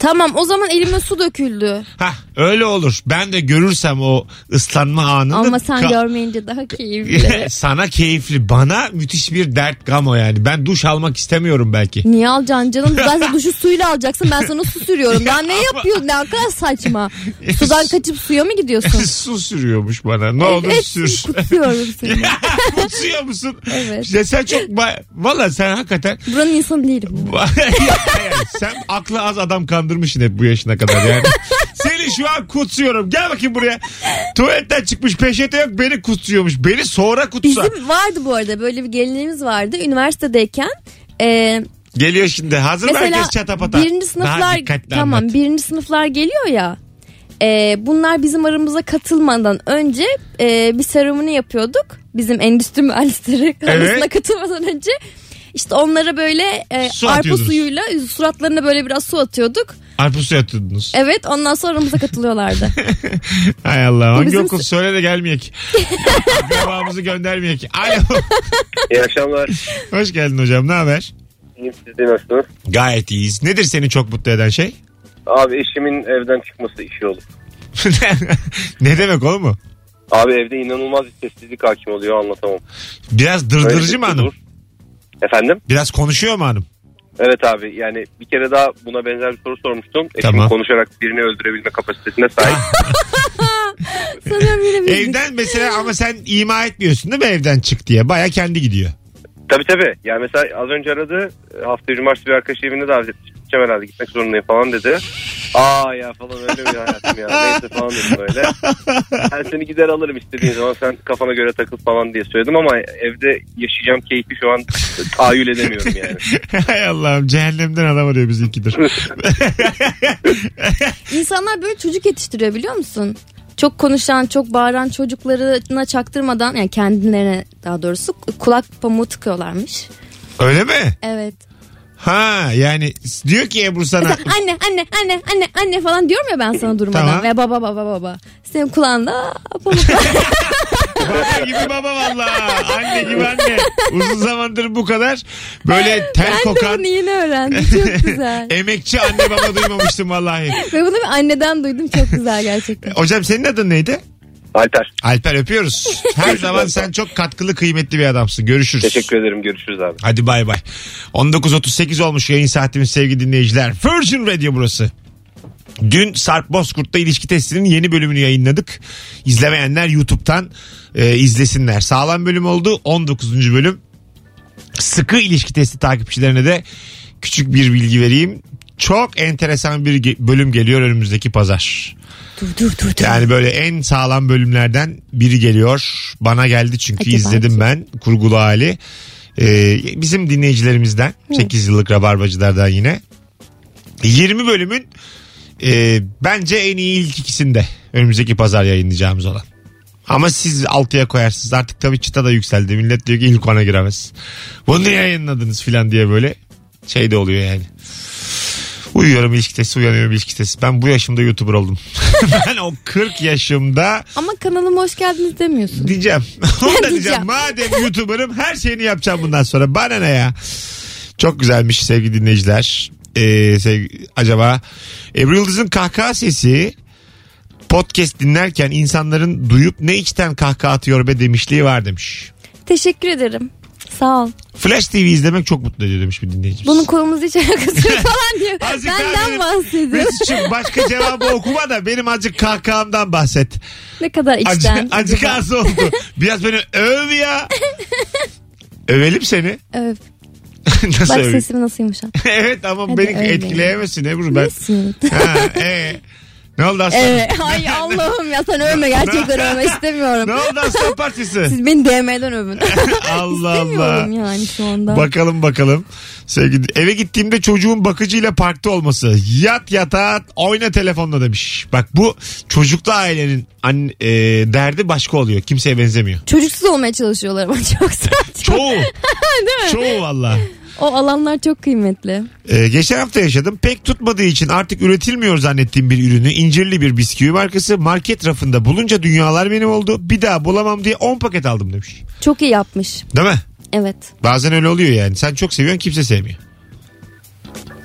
[SPEAKER 3] Tamam o zaman elime su döküldü.
[SPEAKER 2] Ha öyle olur. Ben de görürsem o ıslanma anını
[SPEAKER 3] Ama sen
[SPEAKER 2] ka-
[SPEAKER 3] görmeyince daha keyifli.
[SPEAKER 2] sana keyifli. Bana müthiş bir dert gam o yani. Ben duş almak istemiyorum belki.
[SPEAKER 3] Niye alacaksın canım? Zaten duşu suyla alacaksın. Ben sana su sürüyorum. Ya ne yapıyorsun? Ne kadar saçma. Sudan kaçıp suya mı gidiyorsun?
[SPEAKER 2] Su sürüyormuş bana. Ne olur
[SPEAKER 3] Evet,
[SPEAKER 2] sür.
[SPEAKER 3] Kutluyorum seni.
[SPEAKER 2] Kutsuyor musun?
[SPEAKER 3] Evet.
[SPEAKER 2] Ya sen çok ba- valla sen hakikaten
[SPEAKER 3] Buranın insanı değilim.
[SPEAKER 2] Yani sen aklı az adam kandırmışsın hep bu yaşına kadar yani. Seni şu an kutsuyorum. Gel bakayım buraya. Tuvaletten çıkmış peşete yok beni kutsuyormuş. Beni sonra kutsa.
[SPEAKER 3] Bizim vardı bu arada böyle bir gelinliğimiz vardı üniversitedeyken. Ee,
[SPEAKER 2] Geliyor şimdi. Hazır mı
[SPEAKER 3] mesela
[SPEAKER 2] herkes çatapata.
[SPEAKER 3] birinci
[SPEAKER 2] Daha
[SPEAKER 3] sınıflar
[SPEAKER 2] dikkatli
[SPEAKER 3] tamam
[SPEAKER 2] anlat.
[SPEAKER 3] birinci sınıflar geliyor ya. Ee, bunlar bizim aramıza katılmadan önce e, bir seremoni yapıyorduk. Bizim endüstri mühendisleri arasına katılmadan önce. işte onlara böyle e,
[SPEAKER 2] Su
[SPEAKER 3] arpa
[SPEAKER 2] atıyordunuz.
[SPEAKER 3] suyuyla suratlarına böyle biraz su atıyorduk.
[SPEAKER 2] Arpa suya atıyordunuz.
[SPEAKER 3] Evet ondan sonra aramıza katılıyorlardı.
[SPEAKER 2] Hay Allah. Hangi
[SPEAKER 3] bizim-
[SPEAKER 2] okul söyle de gelmeyek. Devamımızı göndermeyek. Alo.
[SPEAKER 10] İyi akşamlar.
[SPEAKER 2] Hoş geldin hocam. Ne haber?
[SPEAKER 10] İyiyim siz de nasılsınız?
[SPEAKER 2] Gayet iyiyiz. Nedir seni çok mutlu eden şey?
[SPEAKER 10] Abi eşimin evden çıkması işi olur.
[SPEAKER 2] ne demek oğlum mu?
[SPEAKER 10] Abi evde inanılmaz bir sessizlik hakim oluyor anlatamam.
[SPEAKER 2] Biraz
[SPEAKER 10] Böyle
[SPEAKER 2] dırdırıcı
[SPEAKER 8] şey
[SPEAKER 10] bir
[SPEAKER 2] mı
[SPEAKER 10] huzur.
[SPEAKER 2] hanım?
[SPEAKER 10] Efendim?
[SPEAKER 2] Biraz konuşuyor mu hanım?
[SPEAKER 10] Evet abi yani bir kere daha buna benzer bir soru sormuştum. Eşim
[SPEAKER 2] Tamam. Ah.
[SPEAKER 10] konuşarak birini öldürebilme kapasitesine sahip.
[SPEAKER 3] Sanırım yine bir
[SPEAKER 2] Evden mesela ama sen ima etmiyorsun değil mi evden çık diye? Baya kendi gidiyor.
[SPEAKER 10] tabii tabii. Yani mesela az önce aradı. Hafta cumartesi bir arkadaş evinde davet etmiş. Gideceğim herhalde gitmek zorundayım falan dedi. Aa ya falan öyle mi ya hayatım ya neyse falan dedim böyle. Ben seni gider alırım istediğin zaman sen kafana göre takıl falan diye söyledim ama evde yaşayacağım keyfi şu an tahayyül edemiyorum yani.
[SPEAKER 2] Hay Allah'ım cehennemden adam arıyor bizimkidir.
[SPEAKER 3] İnsanlar böyle çocuk yetiştiriyor biliyor musun? Çok konuşan, çok bağıran çocuklarına çaktırmadan yani kendilerine daha doğrusu kulak pamuğu tıkıyorlarmış.
[SPEAKER 2] Öyle mi?
[SPEAKER 3] Evet.
[SPEAKER 2] Ha yani diyor ki Ebru sana
[SPEAKER 3] Mesela anne anne anne anne anne falan diyorum ya ben sana durmadan
[SPEAKER 2] Tamam.
[SPEAKER 3] ve baba baba baba. Senin kulağında pamuklar.
[SPEAKER 2] baba gibi baba valla anne gibi anne. Uzun zamandır bu kadar böyle ter
[SPEAKER 3] ben de
[SPEAKER 2] kokan
[SPEAKER 3] bunu yeni öğrendim. Çok güzel.
[SPEAKER 2] emekçi anne baba duymamıştım vallahi.
[SPEAKER 3] ve bunu bir anneden duydum. Çok güzel gerçekten.
[SPEAKER 2] Hocam senin adın neydi?
[SPEAKER 10] Alper
[SPEAKER 2] Alper öpüyoruz. Her zaman sen çok katkılı kıymetli bir adamsın. Görüşürüz.
[SPEAKER 10] teşekkür ederim görüşürüz abi.
[SPEAKER 2] Hadi bay bay. 19.38 olmuş yayın saatimiz sevgili dinleyiciler. Virgin Radio burası. Dün Sarp Bozkurt'ta ilişki testinin yeni bölümünü yayınladık. İzlemeyenler YouTube'dan e, izlesinler. Sağlam bölüm oldu. 19. bölüm. Sıkı ilişki testi takipçilerine de küçük bir bilgi vereyim. Çok enteresan bir ge- bölüm geliyor önümüzdeki pazar.
[SPEAKER 3] dur dur dur. dur.
[SPEAKER 2] Yani böyle en sağlam bölümlerden biri geliyor. Bana geldi çünkü
[SPEAKER 3] Acaba
[SPEAKER 2] izledim
[SPEAKER 3] kim?
[SPEAKER 2] ben kurgulu hali. E, Ee, bizim dinleyicilerimizden 8 yıllık rabarbacılardan yine 20 bölümün e, bence en iyi ilk ikisinde önümüzdeki pazar yayınlayacağımız olan. Ama siz altıya koyarsınız. Artık tabii çıta da yükseldi. Millet diyor ki ilk ona giremez. Bunu niye yayınladınız filan diye böyle şey de oluyor yani. Uyuyorum ilişki testi, uyanıyorum ilişki testi. Ben bu yaşımda YouTuber oldum. ben o 40 yaşımda
[SPEAKER 3] Ama kanalıma hoş geldiniz demiyorsun.
[SPEAKER 2] Diyeceğim. Onu da diyeceğim.
[SPEAKER 3] Diyeceğim.
[SPEAKER 2] Madem YouTuber'ım her şeyini yapacağım bundan sonra. Bana ne ya? Çok güzelmiş sevgili dinleyiciler. Ee, sevg- acaba Ebru Yıldız'ın kahkaha sesi podcast dinlerken insanların duyup ne içten kahkaha atıyor be demişliği var demiş.
[SPEAKER 3] Teşekkür ederim. Sağ ol.
[SPEAKER 2] Flash TV izlemek çok mutlu ediyor demiş bir dinleyicimiz.
[SPEAKER 3] Bunun konumuz hiç alakası yok falan diyor.
[SPEAKER 2] Azıcık daha
[SPEAKER 3] Benden
[SPEAKER 2] benim-
[SPEAKER 3] bahsediyor.
[SPEAKER 2] Mesut'cum başka cevabı okuma da benim azıcık kahkahamdan bahset.
[SPEAKER 3] ne kadar
[SPEAKER 2] Acı,
[SPEAKER 3] içten.
[SPEAKER 2] acık az oldu. Biraz beni öv ya. Övelim seni.
[SPEAKER 3] Evet.
[SPEAKER 2] Nasıl
[SPEAKER 3] Bak
[SPEAKER 2] öveyim?
[SPEAKER 3] sesim nasıl yumuşak.
[SPEAKER 2] evet ama
[SPEAKER 3] Hadi
[SPEAKER 2] beni
[SPEAKER 3] öyle.
[SPEAKER 2] etkileyemezsin Ebru ben.
[SPEAKER 3] Nesin?
[SPEAKER 2] ha, e, ne oldu aslan?
[SPEAKER 3] Evet. Ay Allah'ım ya sen övme gerçekten övme
[SPEAKER 2] Ne
[SPEAKER 3] istemiyorum.
[SPEAKER 2] oldu aslan partisi?
[SPEAKER 3] Siz beni DM'den övün.
[SPEAKER 2] Allah Allah.
[SPEAKER 3] İstemiyorum yani şu anda.
[SPEAKER 2] Bakalım bakalım. Sevgili, eve gittiğimde çocuğun bakıcıyla parkta olması. Yat yatağa oyna telefonla demiş. Bak bu çocuklu ailenin anne, e, derdi başka oluyor. Kimseye benzemiyor.
[SPEAKER 3] Çocuksuz olmaya çalışıyorlar ama çok saçma.
[SPEAKER 2] Çoğu. Çoğu valla.
[SPEAKER 3] O alanlar çok kıymetli.
[SPEAKER 2] Ee, geçen hafta yaşadım. Pek tutmadığı için artık üretilmiyor zannettiğim bir ürünü incirli bir bisküvi markası market rafında bulunca dünyalar benim oldu. Bir daha bulamam diye 10 paket aldım demiş.
[SPEAKER 3] Çok iyi yapmış.
[SPEAKER 2] Değil mi?
[SPEAKER 3] Evet.
[SPEAKER 2] Bazen öyle oluyor yani. Sen çok seviyorsun kimse sevmiyor.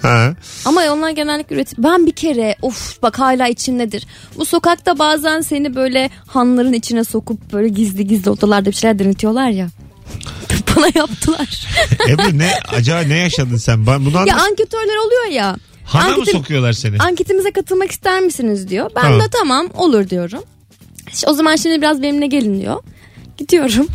[SPEAKER 2] Ha.
[SPEAKER 3] Ama onlar genellikle üret. Ben bir kere of bak hala içindedir. Bu sokakta bazen seni böyle hanların içine sokup böyle gizli gizli odalarda bir şeyler denetiyorlar ya. Bana yaptılar.
[SPEAKER 2] Ebru E ne acaba ne yaşadın sen? Ben bunu
[SPEAKER 3] ya
[SPEAKER 2] anlat.
[SPEAKER 3] anketörler oluyor ya.
[SPEAKER 2] Hana mı
[SPEAKER 3] anketim-
[SPEAKER 2] sokuyorlar seni?
[SPEAKER 3] Anketimize katılmak ister misiniz diyor. Ben
[SPEAKER 2] Tamam.
[SPEAKER 3] de tamam olur diyorum. İşte o zaman şimdi biraz benimle gelin diyor. Gidiyorum.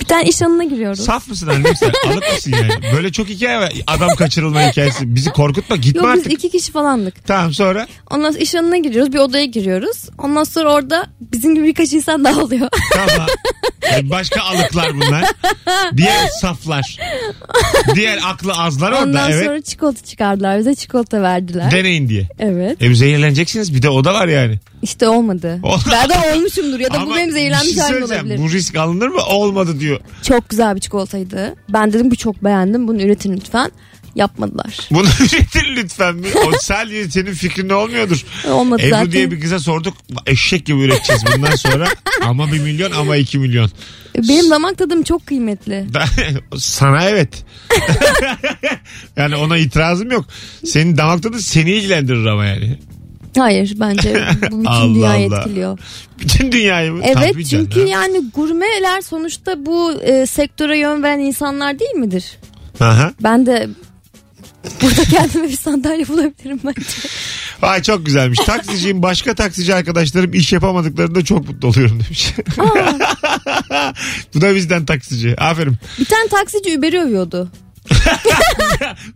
[SPEAKER 3] Bir tane iş alanına giriyorum.
[SPEAKER 2] Saf mısın annem sen? Alık mısın yani? Böyle çok hikaye var. Adam kaçırılma hikayesi. Bizi korkutma gitme
[SPEAKER 3] Yok biz
[SPEAKER 2] artık.
[SPEAKER 3] iki kişi falandık.
[SPEAKER 2] Tamam sonra.
[SPEAKER 3] Ondan sonra iş alanına giriyoruz. Bir odaya giriyoruz. Ondan sonra orada bizim gibi birkaç insan daha oluyor.
[SPEAKER 2] Tamam. Yani başka alıklar bunlar. Diğer saflar. Diğer aklı azlar orada.
[SPEAKER 3] Ondan
[SPEAKER 2] evet.
[SPEAKER 3] sonra çikolata çıkardılar. Bize çikolata verdiler.
[SPEAKER 2] Deneyin diye.
[SPEAKER 3] evet.
[SPEAKER 2] E zehirleneceksiniz. Bir de o da var yani.
[SPEAKER 3] İşte olmadı.
[SPEAKER 2] O-
[SPEAKER 3] ben de olmuşumdur ya da
[SPEAKER 2] Oh. Ama
[SPEAKER 3] bu benim
[SPEAKER 2] bir
[SPEAKER 3] zehirlenmiş
[SPEAKER 2] şey
[SPEAKER 3] halim
[SPEAKER 2] söyleyeceğim.
[SPEAKER 3] olabilir.
[SPEAKER 2] Bu risk alınır mı? Olmadı diyor.
[SPEAKER 3] Çok güzel bir çikolataydı. Ben dedim bu çok beğendim. Bunu üretin lütfen. Yapmadılar.
[SPEAKER 2] Bunu üretir lütfen. mi? O sadece senin fikrin olmuyordur.
[SPEAKER 3] Olmadı
[SPEAKER 2] Ebru
[SPEAKER 3] zaten.
[SPEAKER 2] diye bir kıza sorduk. Eşek gibi üreteceğiz bundan sonra. ama bir milyon ama iki milyon.
[SPEAKER 3] Benim damak tadım çok kıymetli.
[SPEAKER 2] Sana evet. yani ona itirazım yok. Senin damak tadı seni ilgilendirir ama yani.
[SPEAKER 3] Hayır bence bu
[SPEAKER 2] Allah
[SPEAKER 3] bütün dünyayı
[SPEAKER 2] Allah.
[SPEAKER 3] etkiliyor.
[SPEAKER 2] Bütün dünyayı mı?
[SPEAKER 3] Evet
[SPEAKER 2] Tabii canım.
[SPEAKER 3] çünkü yani gurmeler sonuçta bu e, sektöre yön veren insanlar değil midir?
[SPEAKER 2] Aha.
[SPEAKER 3] Ben de burada kendime bir sandalye bulabilirim bence.
[SPEAKER 2] Ay çok güzelmiş. Taksiciyim başka taksici arkadaşlarım iş yapamadıklarında çok mutlu oluyorum demiş. Bu da bizden taksici. Aferin.
[SPEAKER 3] Bir tane taksici Uber'i övüyordu.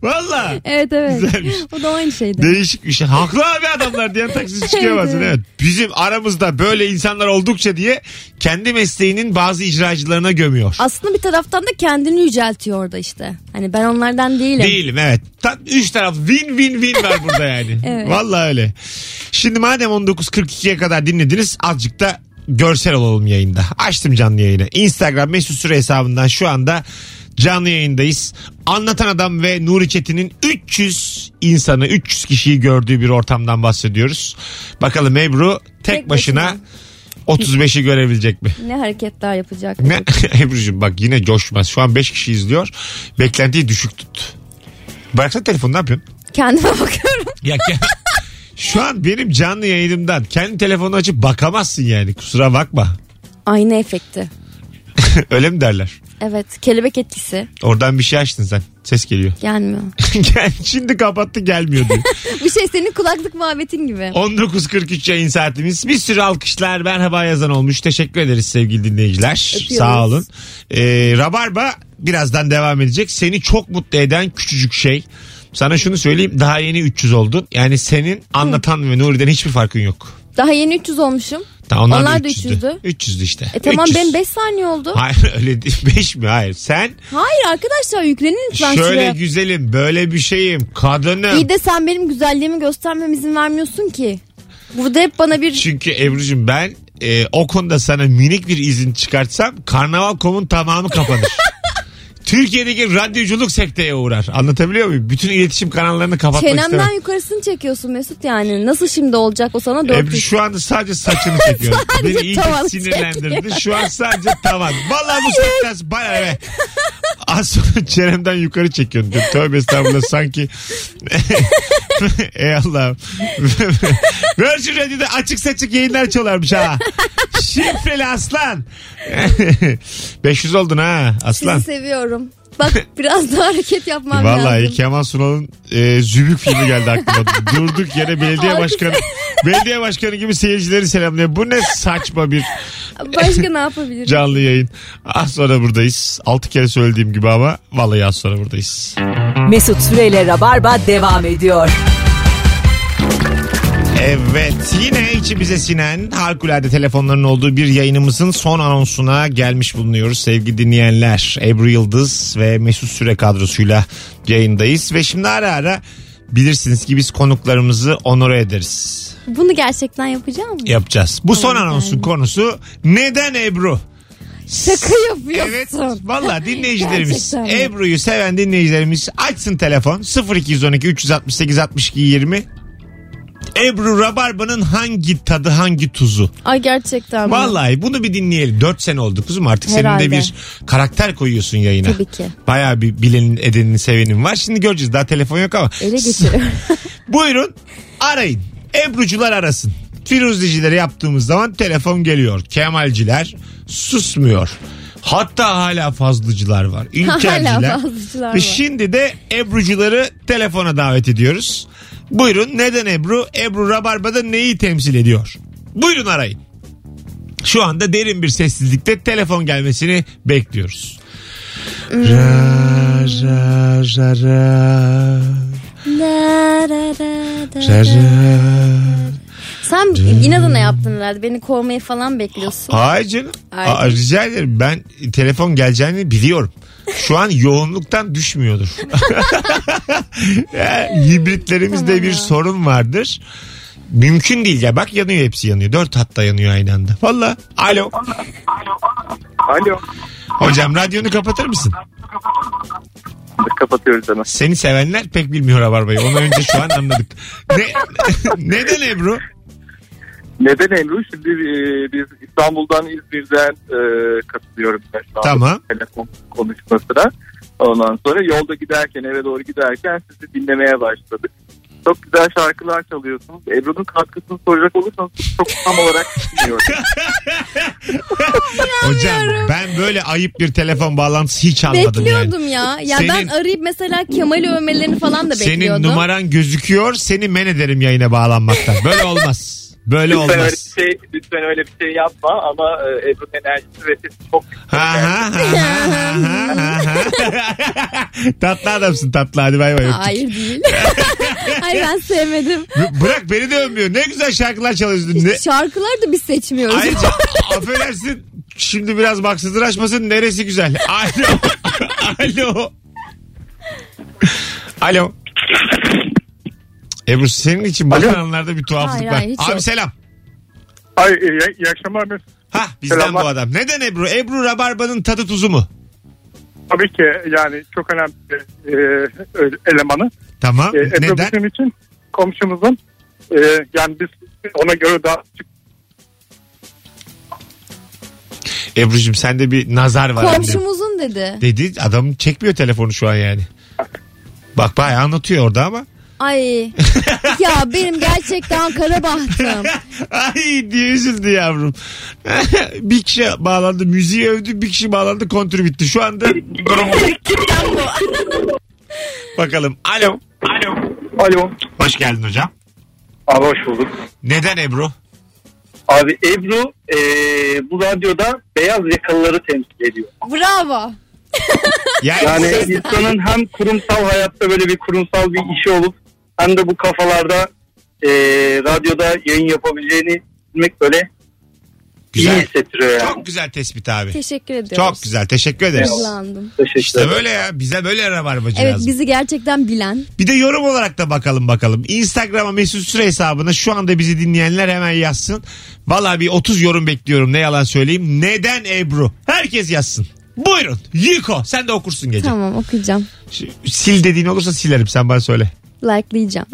[SPEAKER 2] Valla.
[SPEAKER 3] Evet evet.
[SPEAKER 2] Güzelmiş.
[SPEAKER 3] Bu da aynı şeydi.
[SPEAKER 2] Değişik bir şey. Haklı abi adamlar diyen taksici çıkıyamazsın. Evet. Bizim aramızda böyle insanlar oldukça diye kendi mesleğinin bazı icracılarına gömüyor.
[SPEAKER 3] Aslında bir taraftan da kendini yüceltiyor orada işte. Hani ben onlardan değilim.
[SPEAKER 2] Değilim evet. Ta, üç taraf win win win var burada yani.
[SPEAKER 3] Evet.
[SPEAKER 2] Vallahi öyle. Şimdi madem 19.42'ye kadar dinlediniz azıcık da görsel olalım yayında. Açtım canlı yayını. Instagram mesut süre hesabından şu anda canlı yayındayız. Anlatan Adam ve Nuri Çetin'in 300 insanı 300 kişiyi gördüğü bir ortamdan bahsediyoruz. Bakalım Ebru tek,
[SPEAKER 3] Tek
[SPEAKER 2] başına,
[SPEAKER 3] başına.
[SPEAKER 2] 35'i görebilecek mi?
[SPEAKER 3] Ne hareketler yapacak.
[SPEAKER 2] Ne? Ebru'cum bak yine coşmaz. Şu an 5 kişi izliyor. Beklentiyi düşük tut. Bıraksana telefonu ne yapıyorsun?
[SPEAKER 3] Kendime bakıyorum.
[SPEAKER 2] Ya ke- Şu an benim canlı yayınımdan kendi telefonunu açıp bakamazsın yani kusura bakma.
[SPEAKER 3] Ayna efekti.
[SPEAKER 2] Öyle mi derler?
[SPEAKER 3] Evet kelebek etkisi
[SPEAKER 2] Oradan bir şey açtın sen. Ses geliyor.
[SPEAKER 3] gelmiyor.
[SPEAKER 2] Gel- Şimdi kapattı gelmiyor diyor.
[SPEAKER 3] Bu şey senin kulaklık muhabbetin gibi.
[SPEAKER 2] 19.43 yayın saatimiz. Bir sürü alkışlar merhaba yazan olmuş. Teşekkür ederiz sevgili dinleyiciler.
[SPEAKER 3] Öpüyoruz.
[SPEAKER 2] Sağ olun. Ee, Rabarba birazdan devam edecek. Seni çok mutlu eden küçücük şey. Sana şunu söyleyeyim daha yeni 300 oldun. Yani senin anlatan ve Nuri'den hiçbir farkın yok.
[SPEAKER 3] Daha yeni 300 olmuşum.
[SPEAKER 2] Tamam, onlar,
[SPEAKER 3] Onlar
[SPEAKER 2] da
[SPEAKER 3] da 300'dü.
[SPEAKER 2] 300'dü. 300'dü işte.
[SPEAKER 3] E tamam
[SPEAKER 2] 300.
[SPEAKER 3] benim 5 saniye oldu.
[SPEAKER 2] Hayır öyle değil. 5 mi? Hayır. Sen
[SPEAKER 3] Hayır arkadaşlar yüklenin lütfen
[SPEAKER 2] şöyle
[SPEAKER 3] şuraya.
[SPEAKER 2] güzelim böyle bir şeyim kadınım.
[SPEAKER 3] İyi de sen benim güzelliğimi göstermem izin vermiyorsun ki. Burada hep bana bir
[SPEAKER 2] Çünkü Ebru'cum ben e, o konuda sana minik bir izin çıkartsam Karnaval.com'un tamamı kapanır. Türkiye'deki radyoculuk sekteye uğrar. Anlatabiliyor muyum? Bütün iletişim kanallarını kapatmak istemem.
[SPEAKER 3] çenemden yukarısını çekiyorsun Mesut yani. Nasıl şimdi olacak o sana
[SPEAKER 2] Ebru
[SPEAKER 3] 400.
[SPEAKER 2] E, şu anda sadece saçını çekiyor.
[SPEAKER 3] Sadece
[SPEAKER 2] Beni iyice
[SPEAKER 3] tavanı
[SPEAKER 2] sinirlendirdi. Şu an sadece tavan. Vallahi bu saatten bana be. Az sonra çenemden yukarı çekiyorsun. diyor. Tövbe estağfurullah sanki. Ey Allah'ım. Virgin Radio'da açık saçık yayınlar çalarmış ha. Şifreli aslan. 500 oldun ha aslan.
[SPEAKER 3] Sizi seviyorum. Bak biraz daha hareket yapmam
[SPEAKER 2] Vallahi
[SPEAKER 3] lazım.
[SPEAKER 2] Kemal Sunal'ın e, Zübük filmi geldi aklıma. Durduk yere belediye başkanı belediye başkanı gibi seyircileri selamlıyor. Bu ne saçma bir
[SPEAKER 3] Başka ne yapabilirim?
[SPEAKER 2] canlı yayın. Az sonra buradayız. 6 kere söylediğim gibi ama vallahi az sonra buradayız.
[SPEAKER 1] Mesut Süreyle Rabarba devam ediyor.
[SPEAKER 2] Evet yine içimize sinen harikulade telefonların olduğu bir yayınımızın son anonsuna gelmiş bulunuyoruz sevgili dinleyenler. Ebru Yıldız ve Mesut Süre kadrosuyla yayındayız ve şimdi ara ara bilirsiniz ki biz konuklarımızı onore ederiz.
[SPEAKER 3] Bunu gerçekten yapacağım mı?
[SPEAKER 2] yapacağız. Bu son anonsun konusu neden Ebru?
[SPEAKER 3] Şaka yapıyorsun.
[SPEAKER 2] Evet valla dinleyicilerimiz
[SPEAKER 3] Gerçekten mi?
[SPEAKER 2] Ebru'yu seven dinleyicilerimiz açsın telefon 0212 368 62 20 Ebru Rabarba'nın hangi tadı hangi tuzu?
[SPEAKER 3] Ay gerçekten mi?
[SPEAKER 2] Vallahi bunu bir dinleyelim. 4 sene oldu kuzum artık senin de
[SPEAKER 3] Herhalde.
[SPEAKER 2] bir karakter koyuyorsun yayına.
[SPEAKER 3] Tabii ki.
[SPEAKER 2] Bayağı bir bilenin edenin sevenin var. Şimdi göreceğiz daha telefon yok ama.
[SPEAKER 3] Ele geçiriyorum.
[SPEAKER 2] Buyurun arayın. Ebrucular arasın. Firuzecileri yaptığımız zaman telefon geliyor. Kemalciler susmuyor. Hatta hala fazlıcılar var. İlkerciler.
[SPEAKER 3] Hala fazlıcılar
[SPEAKER 2] Ve
[SPEAKER 3] var.
[SPEAKER 2] Şimdi de Ebrucuları telefona davet ediyoruz. Buyurun neden Ebru? Ebru Rabarba'da neyi temsil ediyor? Buyurun arayın. Şu anda derin bir sessizlikte telefon gelmesini bekliyoruz.
[SPEAKER 3] Hmm.
[SPEAKER 2] Ra, ra, ra, ra.
[SPEAKER 3] La, la, la, la, la. Sen inadına yaptın herhalde. Beni kovmayı falan bekliyorsun.
[SPEAKER 2] Ay canım.
[SPEAKER 3] Ay.
[SPEAKER 2] Aa, rica ederim. Ben telefon geleceğini biliyorum. Şu an yoğunluktan düşmüyordur. Ya, Hibritlerimizde bir sorun vardır. Mümkün değil ya. Bak yanıyor hepsi yanıyor. Dört hatta yanıyor aynı anda. Valla. Alo.
[SPEAKER 9] Alo.
[SPEAKER 2] Hocam radyonu kapatır mısın?
[SPEAKER 9] Kapatıyoruz hemen.
[SPEAKER 2] Seni sevenler pek bilmiyor Rabarba'yı. Onu önce şu an anladık. Ne, neden Ebru?
[SPEAKER 9] Neden Ebru? Şimdi e, biz İstanbul'dan İzmir'den e, katılıyorum. ben şu an
[SPEAKER 2] Tamam.
[SPEAKER 9] Telefon konuşmasına. Ondan sonra yolda giderken eve doğru giderken sizi dinlemeye başladık. Çok güzel şarkılar çalıyorsunuz. Ebru'nun katkısını soracak olursanız çok tam olarak bilmiyorum.
[SPEAKER 2] Hocam ben böyle ayıp bir telefon bağlantısı hiç almadım yani.
[SPEAKER 3] Bekliyordum ya. Ya
[SPEAKER 2] Senin-
[SPEAKER 3] ben arayıp mesela Kemal'i övmelerini falan da bekliyordum.
[SPEAKER 2] Senin numaran gözüküyor. Seni men ederim yayına bağlanmaktan. Böyle olmaz. Böyle
[SPEAKER 9] lütfen, öyle
[SPEAKER 2] olmaz.
[SPEAKER 9] bir şey, lütfen öyle bir şey yapma ama e, Ebru'nun enerjisi ve sesi çok
[SPEAKER 2] Ha ha ha ha ha ha. tatlı adamsın tatlı hadi bay bay. öptük.
[SPEAKER 3] Hayır değil. Hayır ben sevmedim.
[SPEAKER 2] B- Bırak beni de övmüyor. Ne güzel şarkılar çalıyorsun. Ne?
[SPEAKER 3] Şarkılar Şarkıları da biz seçmiyoruz.
[SPEAKER 2] Ayrıca affedersin şimdi biraz baksızdır açmasın neresi güzel. Alo. Alo. Alo. Ebru senin için bazı anlarda bir tuhaflık
[SPEAKER 3] Hayır,
[SPEAKER 2] var.
[SPEAKER 3] hayır, hiç
[SPEAKER 2] Abi
[SPEAKER 3] yok.
[SPEAKER 2] selam.
[SPEAKER 8] Ay,
[SPEAKER 2] e,
[SPEAKER 8] iyi, iyi akşamlar Mesut.
[SPEAKER 2] Ha bizden
[SPEAKER 8] Selamlar.
[SPEAKER 2] bu adam. Neden Ebru? Ebru rabarbanın tadı tuzu mu?
[SPEAKER 8] Tabii ki yani çok önemli bir e, elemanı.
[SPEAKER 2] Tamam.
[SPEAKER 8] E, Ebru
[SPEAKER 2] Neden?
[SPEAKER 8] bizim için komşumuzun e, yani biz ona göre daha küçük
[SPEAKER 2] Ebru'cum sende bir nazar var. annem.
[SPEAKER 3] Komşumuzun dedi.
[SPEAKER 2] Dedi adam çekmiyor telefonu şu an yani. Bak bayağı anlatıyor orada ama.
[SPEAKER 3] Ay. ya benim gerçekten kara bahtım.
[SPEAKER 2] Ay diye üzüldü yavrum. bir kişi bağlandı müziği övdü bir kişi bağlandı kontür bitti. Şu anda bakalım. Alo. Alo.
[SPEAKER 8] Alo.
[SPEAKER 2] Hoş geldin hocam.
[SPEAKER 8] Abi hoş bulduk.
[SPEAKER 2] Neden Ebru?
[SPEAKER 8] Abi Ebru e, bu radyoda beyaz yakalıları temsil ediyor.
[SPEAKER 3] Bravo.
[SPEAKER 2] Yani,
[SPEAKER 9] Hani
[SPEAKER 8] Yani insanın hem kurumsal hayatta böyle bir kurumsal bir işi olup hem E, de bu kafalarda e, radyoda yayın yapabileceğini bilmek böyle
[SPEAKER 2] Güzel.
[SPEAKER 4] İyi hissettiriyor yani.
[SPEAKER 2] Çok güzel tespit abi.
[SPEAKER 3] Teşekkür ediyoruz.
[SPEAKER 2] Çok güzel. Teşekkür ederiz.
[SPEAKER 3] Kullandım.
[SPEAKER 4] Teşekkür
[SPEAKER 2] İşte böyle ya. Bize böyle rabarbacı
[SPEAKER 3] Evet
[SPEAKER 2] lazım.
[SPEAKER 3] bizi gerçekten bilen.
[SPEAKER 2] Bir de yorum olarak da bakalım bakalım. Instagram'a Mesut Süre hesabına şu anda bizi dinleyenler hemen yazsın. Valla bir 30 yorum bekliyorum ne yalan söyleyeyim. Neden Ebru? Herkes yazsın. Buyurun. Yiko sen de okursun gece.
[SPEAKER 3] Tamam okuyacağım.
[SPEAKER 2] Ş- Sil dediğin olursa silerim sen bana söyle.
[SPEAKER 3] Like'layacağım.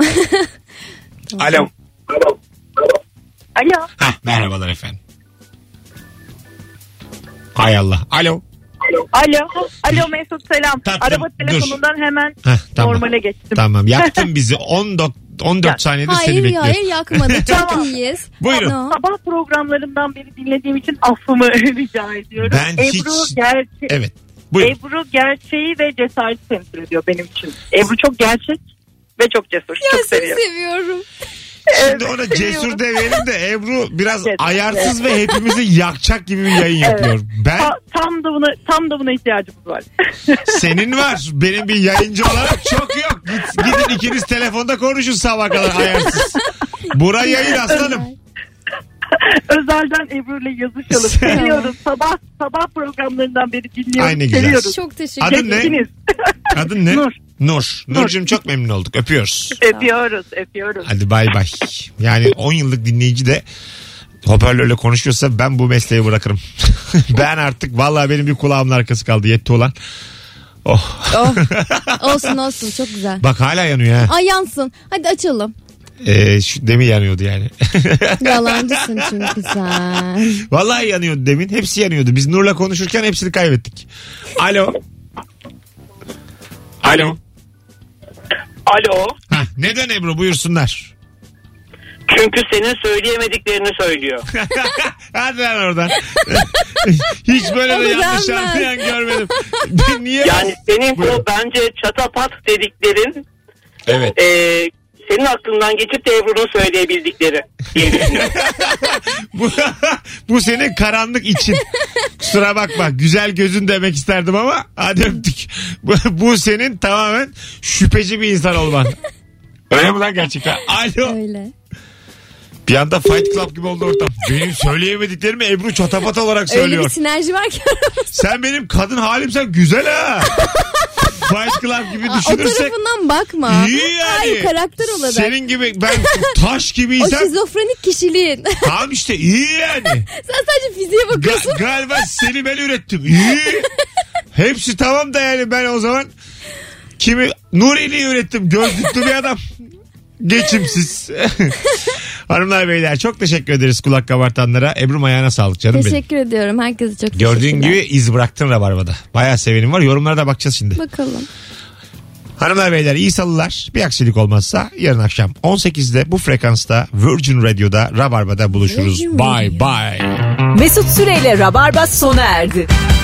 [SPEAKER 2] Alo.
[SPEAKER 6] Alo.
[SPEAKER 2] Hah, merhabalar efendim. Hay Allah. Alo.
[SPEAKER 7] Alo. Alo Mesut selam.
[SPEAKER 2] Tatlım,
[SPEAKER 7] Araba
[SPEAKER 2] dur.
[SPEAKER 7] telefonundan hemen
[SPEAKER 2] Hah, tamam.
[SPEAKER 7] normale geçtim.
[SPEAKER 2] Tamam yaptın bizi 14, 14 saniyede seni
[SPEAKER 3] hayır ya
[SPEAKER 2] bekliyorum.
[SPEAKER 3] hayır yakmadı. Çok
[SPEAKER 7] Tamam.
[SPEAKER 3] iyiyiz.
[SPEAKER 2] Buyurun.
[SPEAKER 3] Ano.
[SPEAKER 7] Sabah programlarından beri dinlediğim için affımı rica ediyorum.
[SPEAKER 2] Ben
[SPEAKER 7] Ebru
[SPEAKER 2] hiç-
[SPEAKER 7] gerçe-
[SPEAKER 2] Evet. Buyurun.
[SPEAKER 7] Ebru gerçeği ve cesareti temsil ediyor benim için. Ebru çok gerçek ve çok cesur.
[SPEAKER 3] Ya
[SPEAKER 7] çok
[SPEAKER 3] seni
[SPEAKER 7] seviyorum.
[SPEAKER 3] seviyorum.
[SPEAKER 2] Şimdi
[SPEAKER 7] Evet,
[SPEAKER 2] ona
[SPEAKER 7] seviyorum.
[SPEAKER 2] cesur demeyelim de Ebru biraz
[SPEAKER 7] Cesur,
[SPEAKER 2] ayarsız ve hepimizi yakacak gibi bir yayın yapıyor. Ben
[SPEAKER 7] Ta- tam da buna tam da buna ihtiyacımız var.
[SPEAKER 2] senin var. Benim bir yayıncı olarak çok yok. Git, gidin ikiniz telefonda konuşun sabah kadar ayarsız. Bura yayın aslanım.
[SPEAKER 7] Özelden Ebru'yla yazışalım.
[SPEAKER 2] Sen-
[SPEAKER 7] Seviyorum. Sabah sabah programlarından beri dinliyorum.
[SPEAKER 2] Aynı güzel.
[SPEAKER 7] Seviyorum.
[SPEAKER 3] Çok teşekkür
[SPEAKER 2] Adın
[SPEAKER 3] ederim.
[SPEAKER 2] ne?
[SPEAKER 7] İkiniz.
[SPEAKER 2] Adın ne?
[SPEAKER 7] Nur.
[SPEAKER 2] Nur. Nurcuğum çok memnun olduk. Öpüyoruz.
[SPEAKER 7] Öpüyoruz, öpüyoruz.
[SPEAKER 2] Hadi bay bay. Yani 10 yıllık dinleyici de hoparlörle konuşuyorsa ben bu mesleği bırakırım. ben artık vallahi benim bir kulağımın arkası kaldı yetti olan. Oh.
[SPEAKER 3] Olsun olsun çok güzel.
[SPEAKER 2] Bak hala yanıyor ha.
[SPEAKER 3] Ay yansın. Hadi açalım.
[SPEAKER 2] Ee, şu demi yanıyordu yani.
[SPEAKER 3] Yalancısın çünkü sen.
[SPEAKER 2] Vallahi yanıyordu demin. Hepsi yanıyordu. Biz Nur'la konuşurken hepsini kaybettik. Alo. Alo.
[SPEAKER 5] Alo.
[SPEAKER 2] Hah, neden Ebru buyursunlar.
[SPEAKER 5] Çünkü senin söyleyemediklerini söylüyor.
[SPEAKER 2] Hadi lan oradan. Hiç böyle de
[SPEAKER 3] Onu
[SPEAKER 2] yanlış
[SPEAKER 3] denmez.
[SPEAKER 2] anlayan görmedim. Niye?
[SPEAKER 5] Yani senin
[SPEAKER 2] Buyurun.
[SPEAKER 5] o bence çatapat dediklerin
[SPEAKER 2] Evet.
[SPEAKER 5] e, senin aklından geçip de Ebru'nun söyleyebildikleri diye düşünüyorum.
[SPEAKER 2] Bu, bu senin karanlık için. Kusura bakma. Güzel gözün demek isterdim ama hadi öptük. Bu, bu senin tamamen şüpheci bir insan olman. Öyle mi lan gerçekten? Alo.
[SPEAKER 3] Öyle.
[SPEAKER 2] Bir anda Fight Club gibi oldu ortam. Benim söyleyemediklerimi Ebru çatapat olarak
[SPEAKER 3] Öyle
[SPEAKER 2] söylüyor.
[SPEAKER 3] bir şey- sinerji var ki.
[SPEAKER 2] Sen benim kadın halimsen güzel ha. Fight Club gibi
[SPEAKER 3] Aa, o
[SPEAKER 2] düşünürsek
[SPEAKER 3] tarafından bakma.
[SPEAKER 2] iyi yani.
[SPEAKER 3] Hayır karakter olarak.
[SPEAKER 2] Senin gibi ben taş
[SPEAKER 3] O
[SPEAKER 2] gibiysem
[SPEAKER 3] şizofrenik kişiliğin.
[SPEAKER 2] tamam işte iyi yani.
[SPEAKER 3] sen sadece fiziğe bakıyorsun.
[SPEAKER 2] Ga- galiba seni ben ürettim. İyi. Hepsi tamam da yani ben o zaman kimi Nuri'yi ürettim. Gözlüklü bir adam. Geçimsiz. Hanımlar beyler çok teşekkür ederiz kulak kabartanlara. Ebru ayağına sağlık canım benim.
[SPEAKER 3] Teşekkür ediyorum. Herkese çok
[SPEAKER 2] Gördüğün
[SPEAKER 3] teşekkürler.
[SPEAKER 2] gibi iz bıraktın Rabarba'da. Bayağı sevenim var. Yorumlara da bakacağız şimdi.
[SPEAKER 3] Bakalım.
[SPEAKER 2] Hanımlar beyler iyi salılar. Bir aksilik olmazsa yarın akşam 18'de bu frekansta Virgin Radio'da Rabarba'da buluşuruz.
[SPEAKER 3] Virgin
[SPEAKER 2] bye
[SPEAKER 3] Radio.
[SPEAKER 2] bye.
[SPEAKER 1] Mesut Süreyle Rabarba sona erdi.